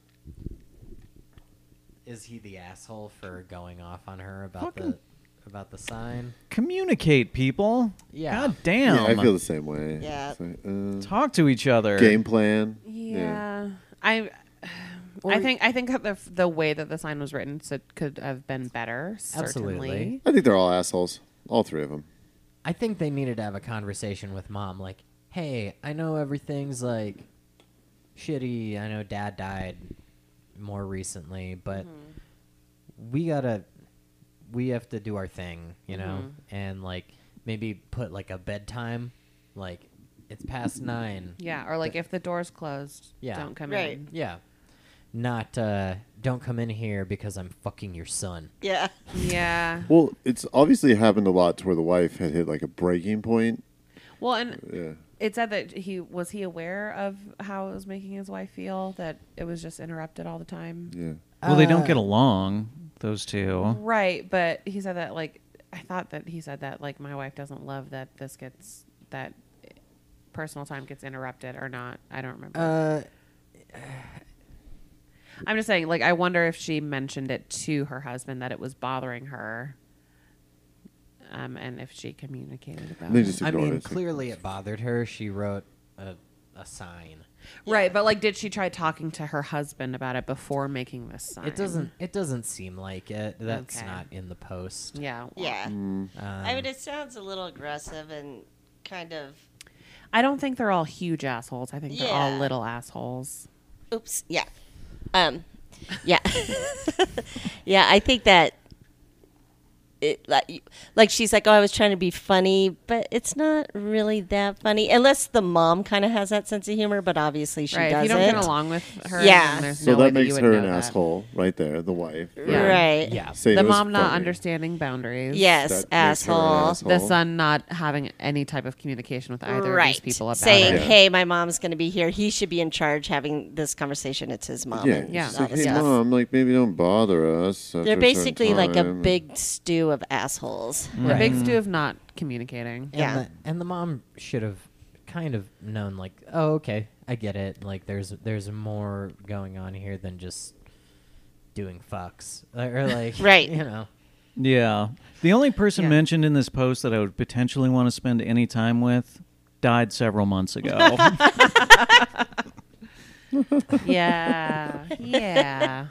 Speaker 1: is he the asshole for going off on her about the
Speaker 5: Fucking-
Speaker 1: about the sign?
Speaker 5: Communicate, people.
Speaker 1: Yeah.
Speaker 5: God
Speaker 2: yeah,
Speaker 5: damn.
Speaker 2: I feel the same way.
Speaker 4: Yeah.
Speaker 2: It's like, uh,
Speaker 5: Talk to each other.
Speaker 2: game plan.
Speaker 3: Yeah. I. I think I think that the the way that the sign was written so could have been better. Certainly.
Speaker 1: Absolutely.
Speaker 2: I think they're all assholes. All three of them.
Speaker 1: I think they needed to have a conversation with mom. Like, hey, I know everything's like shitty. I know dad died more recently, but we gotta, we have to do our thing, you know? And like maybe put like a bedtime, like it's past nine.
Speaker 3: Yeah. Or like if the door's closed,
Speaker 1: Yeah.
Speaker 3: don't come
Speaker 4: Right.
Speaker 3: in.
Speaker 1: Yeah. Not, uh, don't come in here because I'm fucking your son.
Speaker 4: Yeah.
Speaker 3: Yeah.
Speaker 2: Well, it's obviously happened a lot to where the wife had hit like a breaking point.
Speaker 3: Well, and
Speaker 2: Yeah.
Speaker 3: it said that he was he aware of how it was making his wife feel that it was just interrupted all the time.
Speaker 2: Yeah.
Speaker 5: Well, they
Speaker 1: Uh.
Speaker 5: don't get along, those two.
Speaker 3: Right, but he said that like I thought that he said that like my wife doesn't love that this gets that personal time gets interrupted or not. I don't remember.
Speaker 1: Uh,
Speaker 3: I'm just saying like I wonder if she mentioned it to her husband that it was bothering her. Um, and if she communicated about
Speaker 2: They
Speaker 3: it.
Speaker 2: just
Speaker 1: I
Speaker 2: ignored
Speaker 1: mean,
Speaker 2: it.
Speaker 1: clearly it bothered her. She wrote a, a sign.
Speaker 3: Right, but like did she try talking to her husband about it before making this sign?
Speaker 1: It doesn't. It doesn't seem like it. That's
Speaker 3: Okay.
Speaker 1: not in the post.
Speaker 3: Yeah. well,
Speaker 4: Yeah. I
Speaker 1: Um,
Speaker 4: mean, it sounds a little aggressive and kind of.
Speaker 3: I don't think they're all huge assholes. I think they're all
Speaker 4: Yeah.
Speaker 3: little assholes.
Speaker 4: Oops. Yeah. Um. Yeah. yeah. I think that it, like, like she's like, oh, I was trying to be funny, but it's not really that funny unless the mom kind of has that sense of humor. But obviously she
Speaker 3: right. If you
Speaker 4: doesn't.
Speaker 3: don't get along with her,
Speaker 4: Yeah.
Speaker 3: then there's
Speaker 2: So
Speaker 3: no way
Speaker 2: that
Speaker 3: you
Speaker 2: makes
Speaker 3: would
Speaker 2: her
Speaker 3: know
Speaker 2: an
Speaker 3: that.
Speaker 2: asshole right there, the wife. for
Speaker 3: Yeah.
Speaker 4: Right.
Speaker 1: Yeah.
Speaker 2: saying
Speaker 3: the
Speaker 2: it was
Speaker 3: mom not
Speaker 2: funny.
Speaker 3: understanding boundaries.
Speaker 4: Yes,
Speaker 2: That makes her an
Speaker 4: asshole.
Speaker 3: The son not having any type of communication with either
Speaker 4: right.
Speaker 3: of these people about
Speaker 4: Saying,
Speaker 3: it.
Speaker 2: Yeah.
Speaker 4: hey, my mom's going to be here. He should be in charge having this conversation. It's his mom.
Speaker 2: Yeah.
Speaker 4: and
Speaker 3: Yeah.
Speaker 2: She's
Speaker 4: all
Speaker 2: Like,
Speaker 4: this
Speaker 2: hey,
Speaker 4: stuff.
Speaker 2: mom, like maybe don't bother us. after a
Speaker 4: They're
Speaker 2: certain
Speaker 4: basically like a
Speaker 2: time."
Speaker 4: big stew of assholes.
Speaker 3: The big stew of not communicating.
Speaker 4: Yeah.
Speaker 1: And the, and the mom should have kind of known, like, oh, okay, I get it. Like, there's there's more going on here than just doing fucks, Uh, or like,
Speaker 4: Right.
Speaker 1: You know,
Speaker 5: Yeah. The only person
Speaker 3: Yeah.
Speaker 5: mentioned in this post that I would potentially want to spend any time with died several months ago.
Speaker 3: Yeah. Oh, yeah.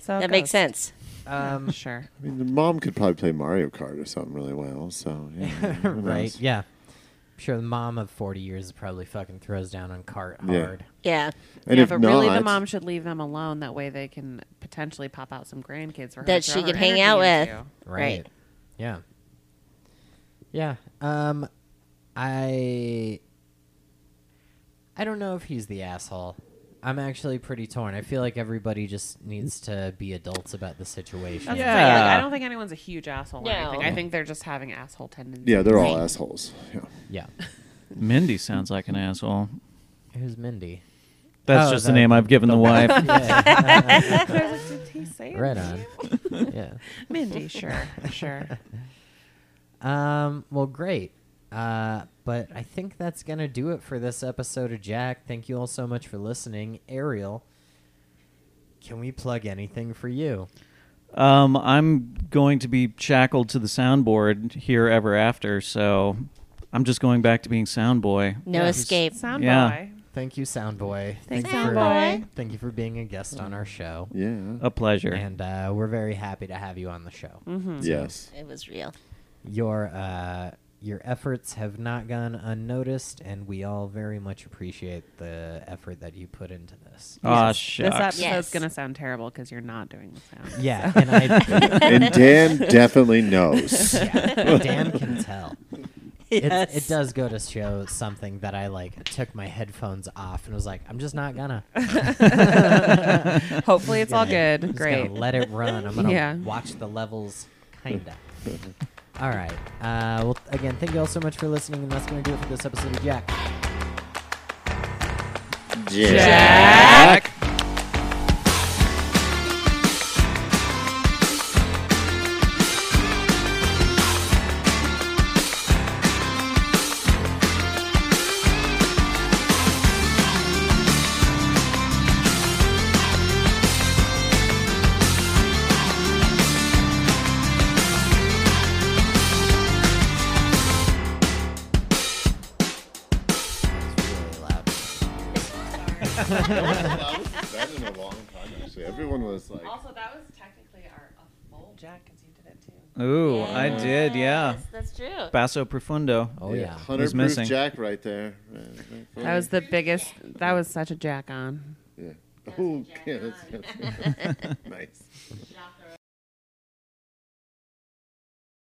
Speaker 3: So it
Speaker 4: that makes
Speaker 3: goes.
Speaker 4: sense.
Speaker 1: um,
Speaker 3: Sure.
Speaker 2: I mean, the mom could probably play Mario Kart or something really well. So yeah, who
Speaker 1: right?
Speaker 2: knows?
Speaker 1: Yeah, I'm sure. The mom of forty years probably fucking throws down on cart
Speaker 2: Yeah.
Speaker 1: hard.
Speaker 4: Yeah.
Speaker 2: And
Speaker 3: yeah,
Speaker 2: if
Speaker 3: but
Speaker 2: not,
Speaker 3: really, the mom should leave them alone. That way, they can potentially pop out some grandkids for her
Speaker 4: That
Speaker 3: to
Speaker 4: she
Speaker 3: throw her
Speaker 4: could hang
Speaker 3: energy
Speaker 4: out with.
Speaker 3: into.
Speaker 1: Right.
Speaker 4: Right.
Speaker 1: Yeah. Yeah. Um I I don't know if he's the asshole. I'm actually pretty torn. I feel like everybody just needs to be adults about the situation.
Speaker 3: That's
Speaker 5: Yeah.
Speaker 3: the thing, like, I don't think anyone's a huge asshole.
Speaker 4: No.
Speaker 3: Or anything. I think they're just having asshole tendencies.
Speaker 2: yeah, they're all
Speaker 4: Right.
Speaker 2: assholes. Yeah.
Speaker 1: Yeah.
Speaker 5: Mindy sounds like an asshole.
Speaker 1: Who's Mindy?
Speaker 5: That's
Speaker 1: Oh,
Speaker 5: just
Speaker 1: the-
Speaker 5: the name I've given the wife.
Speaker 1: Yeah.
Speaker 3: I was like, did he say
Speaker 1: right
Speaker 3: that?
Speaker 1: on. Yeah.
Speaker 3: Mindy, sure, sure.
Speaker 1: Um, well, great. Uh, but I think that's going to do it for this episode of Jack. Thank you all so much for listening. Ariel, can we plug anything for you?
Speaker 5: Um, I'm going to be shackled to the soundboard here ever after, so I'm just going back to being sound boy.
Speaker 4: No escape.
Speaker 3: Sound
Speaker 5: Yeah.
Speaker 3: boy.
Speaker 1: Thank you, Soundboy.
Speaker 3: Thanks,
Speaker 1: you for-
Speaker 3: Soundboy.
Speaker 1: Thank you for being a guest on our show.
Speaker 2: Yeah.
Speaker 5: A pleasure.
Speaker 1: And uh, we're very happy to have you on the show.
Speaker 3: Mm-hmm.
Speaker 2: Yes.
Speaker 4: It was real.
Speaker 1: Your uh, your efforts have not gone unnoticed, and we all very much appreciate the effort that you put into this.
Speaker 3: Oh. This
Speaker 5: Aw, Ah, shucks.
Speaker 3: episode's
Speaker 4: Yes.
Speaker 3: gonna sound terrible because you're not doing the sound.
Speaker 1: Yeah, and I,
Speaker 2: and Dan definitely knows.
Speaker 1: yeah, Dan can tell.
Speaker 4: Yes.
Speaker 1: It, it does go to show something that I like took my headphones off and was like, I'm just not gonna.
Speaker 3: Hopefully, it's all
Speaker 1: Yeah.
Speaker 3: good.
Speaker 1: I'm just
Speaker 3: Great.
Speaker 1: gonna let it run. I'm gonna
Speaker 3: Yeah.
Speaker 1: watch the levels, kinda. all right. Uh, well, again, thank you all so much for listening, and that's gonna do it for this episode of Jack. It's really loud.
Speaker 2: That was in a long time, actually. Everyone was like,
Speaker 3: that was technically our full jack because you did it too.
Speaker 5: Ooh, I did, yeah.
Speaker 4: That's true.
Speaker 5: Basso profundo.
Speaker 1: Oh yeah.
Speaker 2: 100
Speaker 5: Who's
Speaker 2: proof
Speaker 5: missing?
Speaker 2: Jack right there. Right, right there.
Speaker 3: That was the biggest. That was such a jack on.
Speaker 2: Yeah. Oh, yeah, that's, that's nice.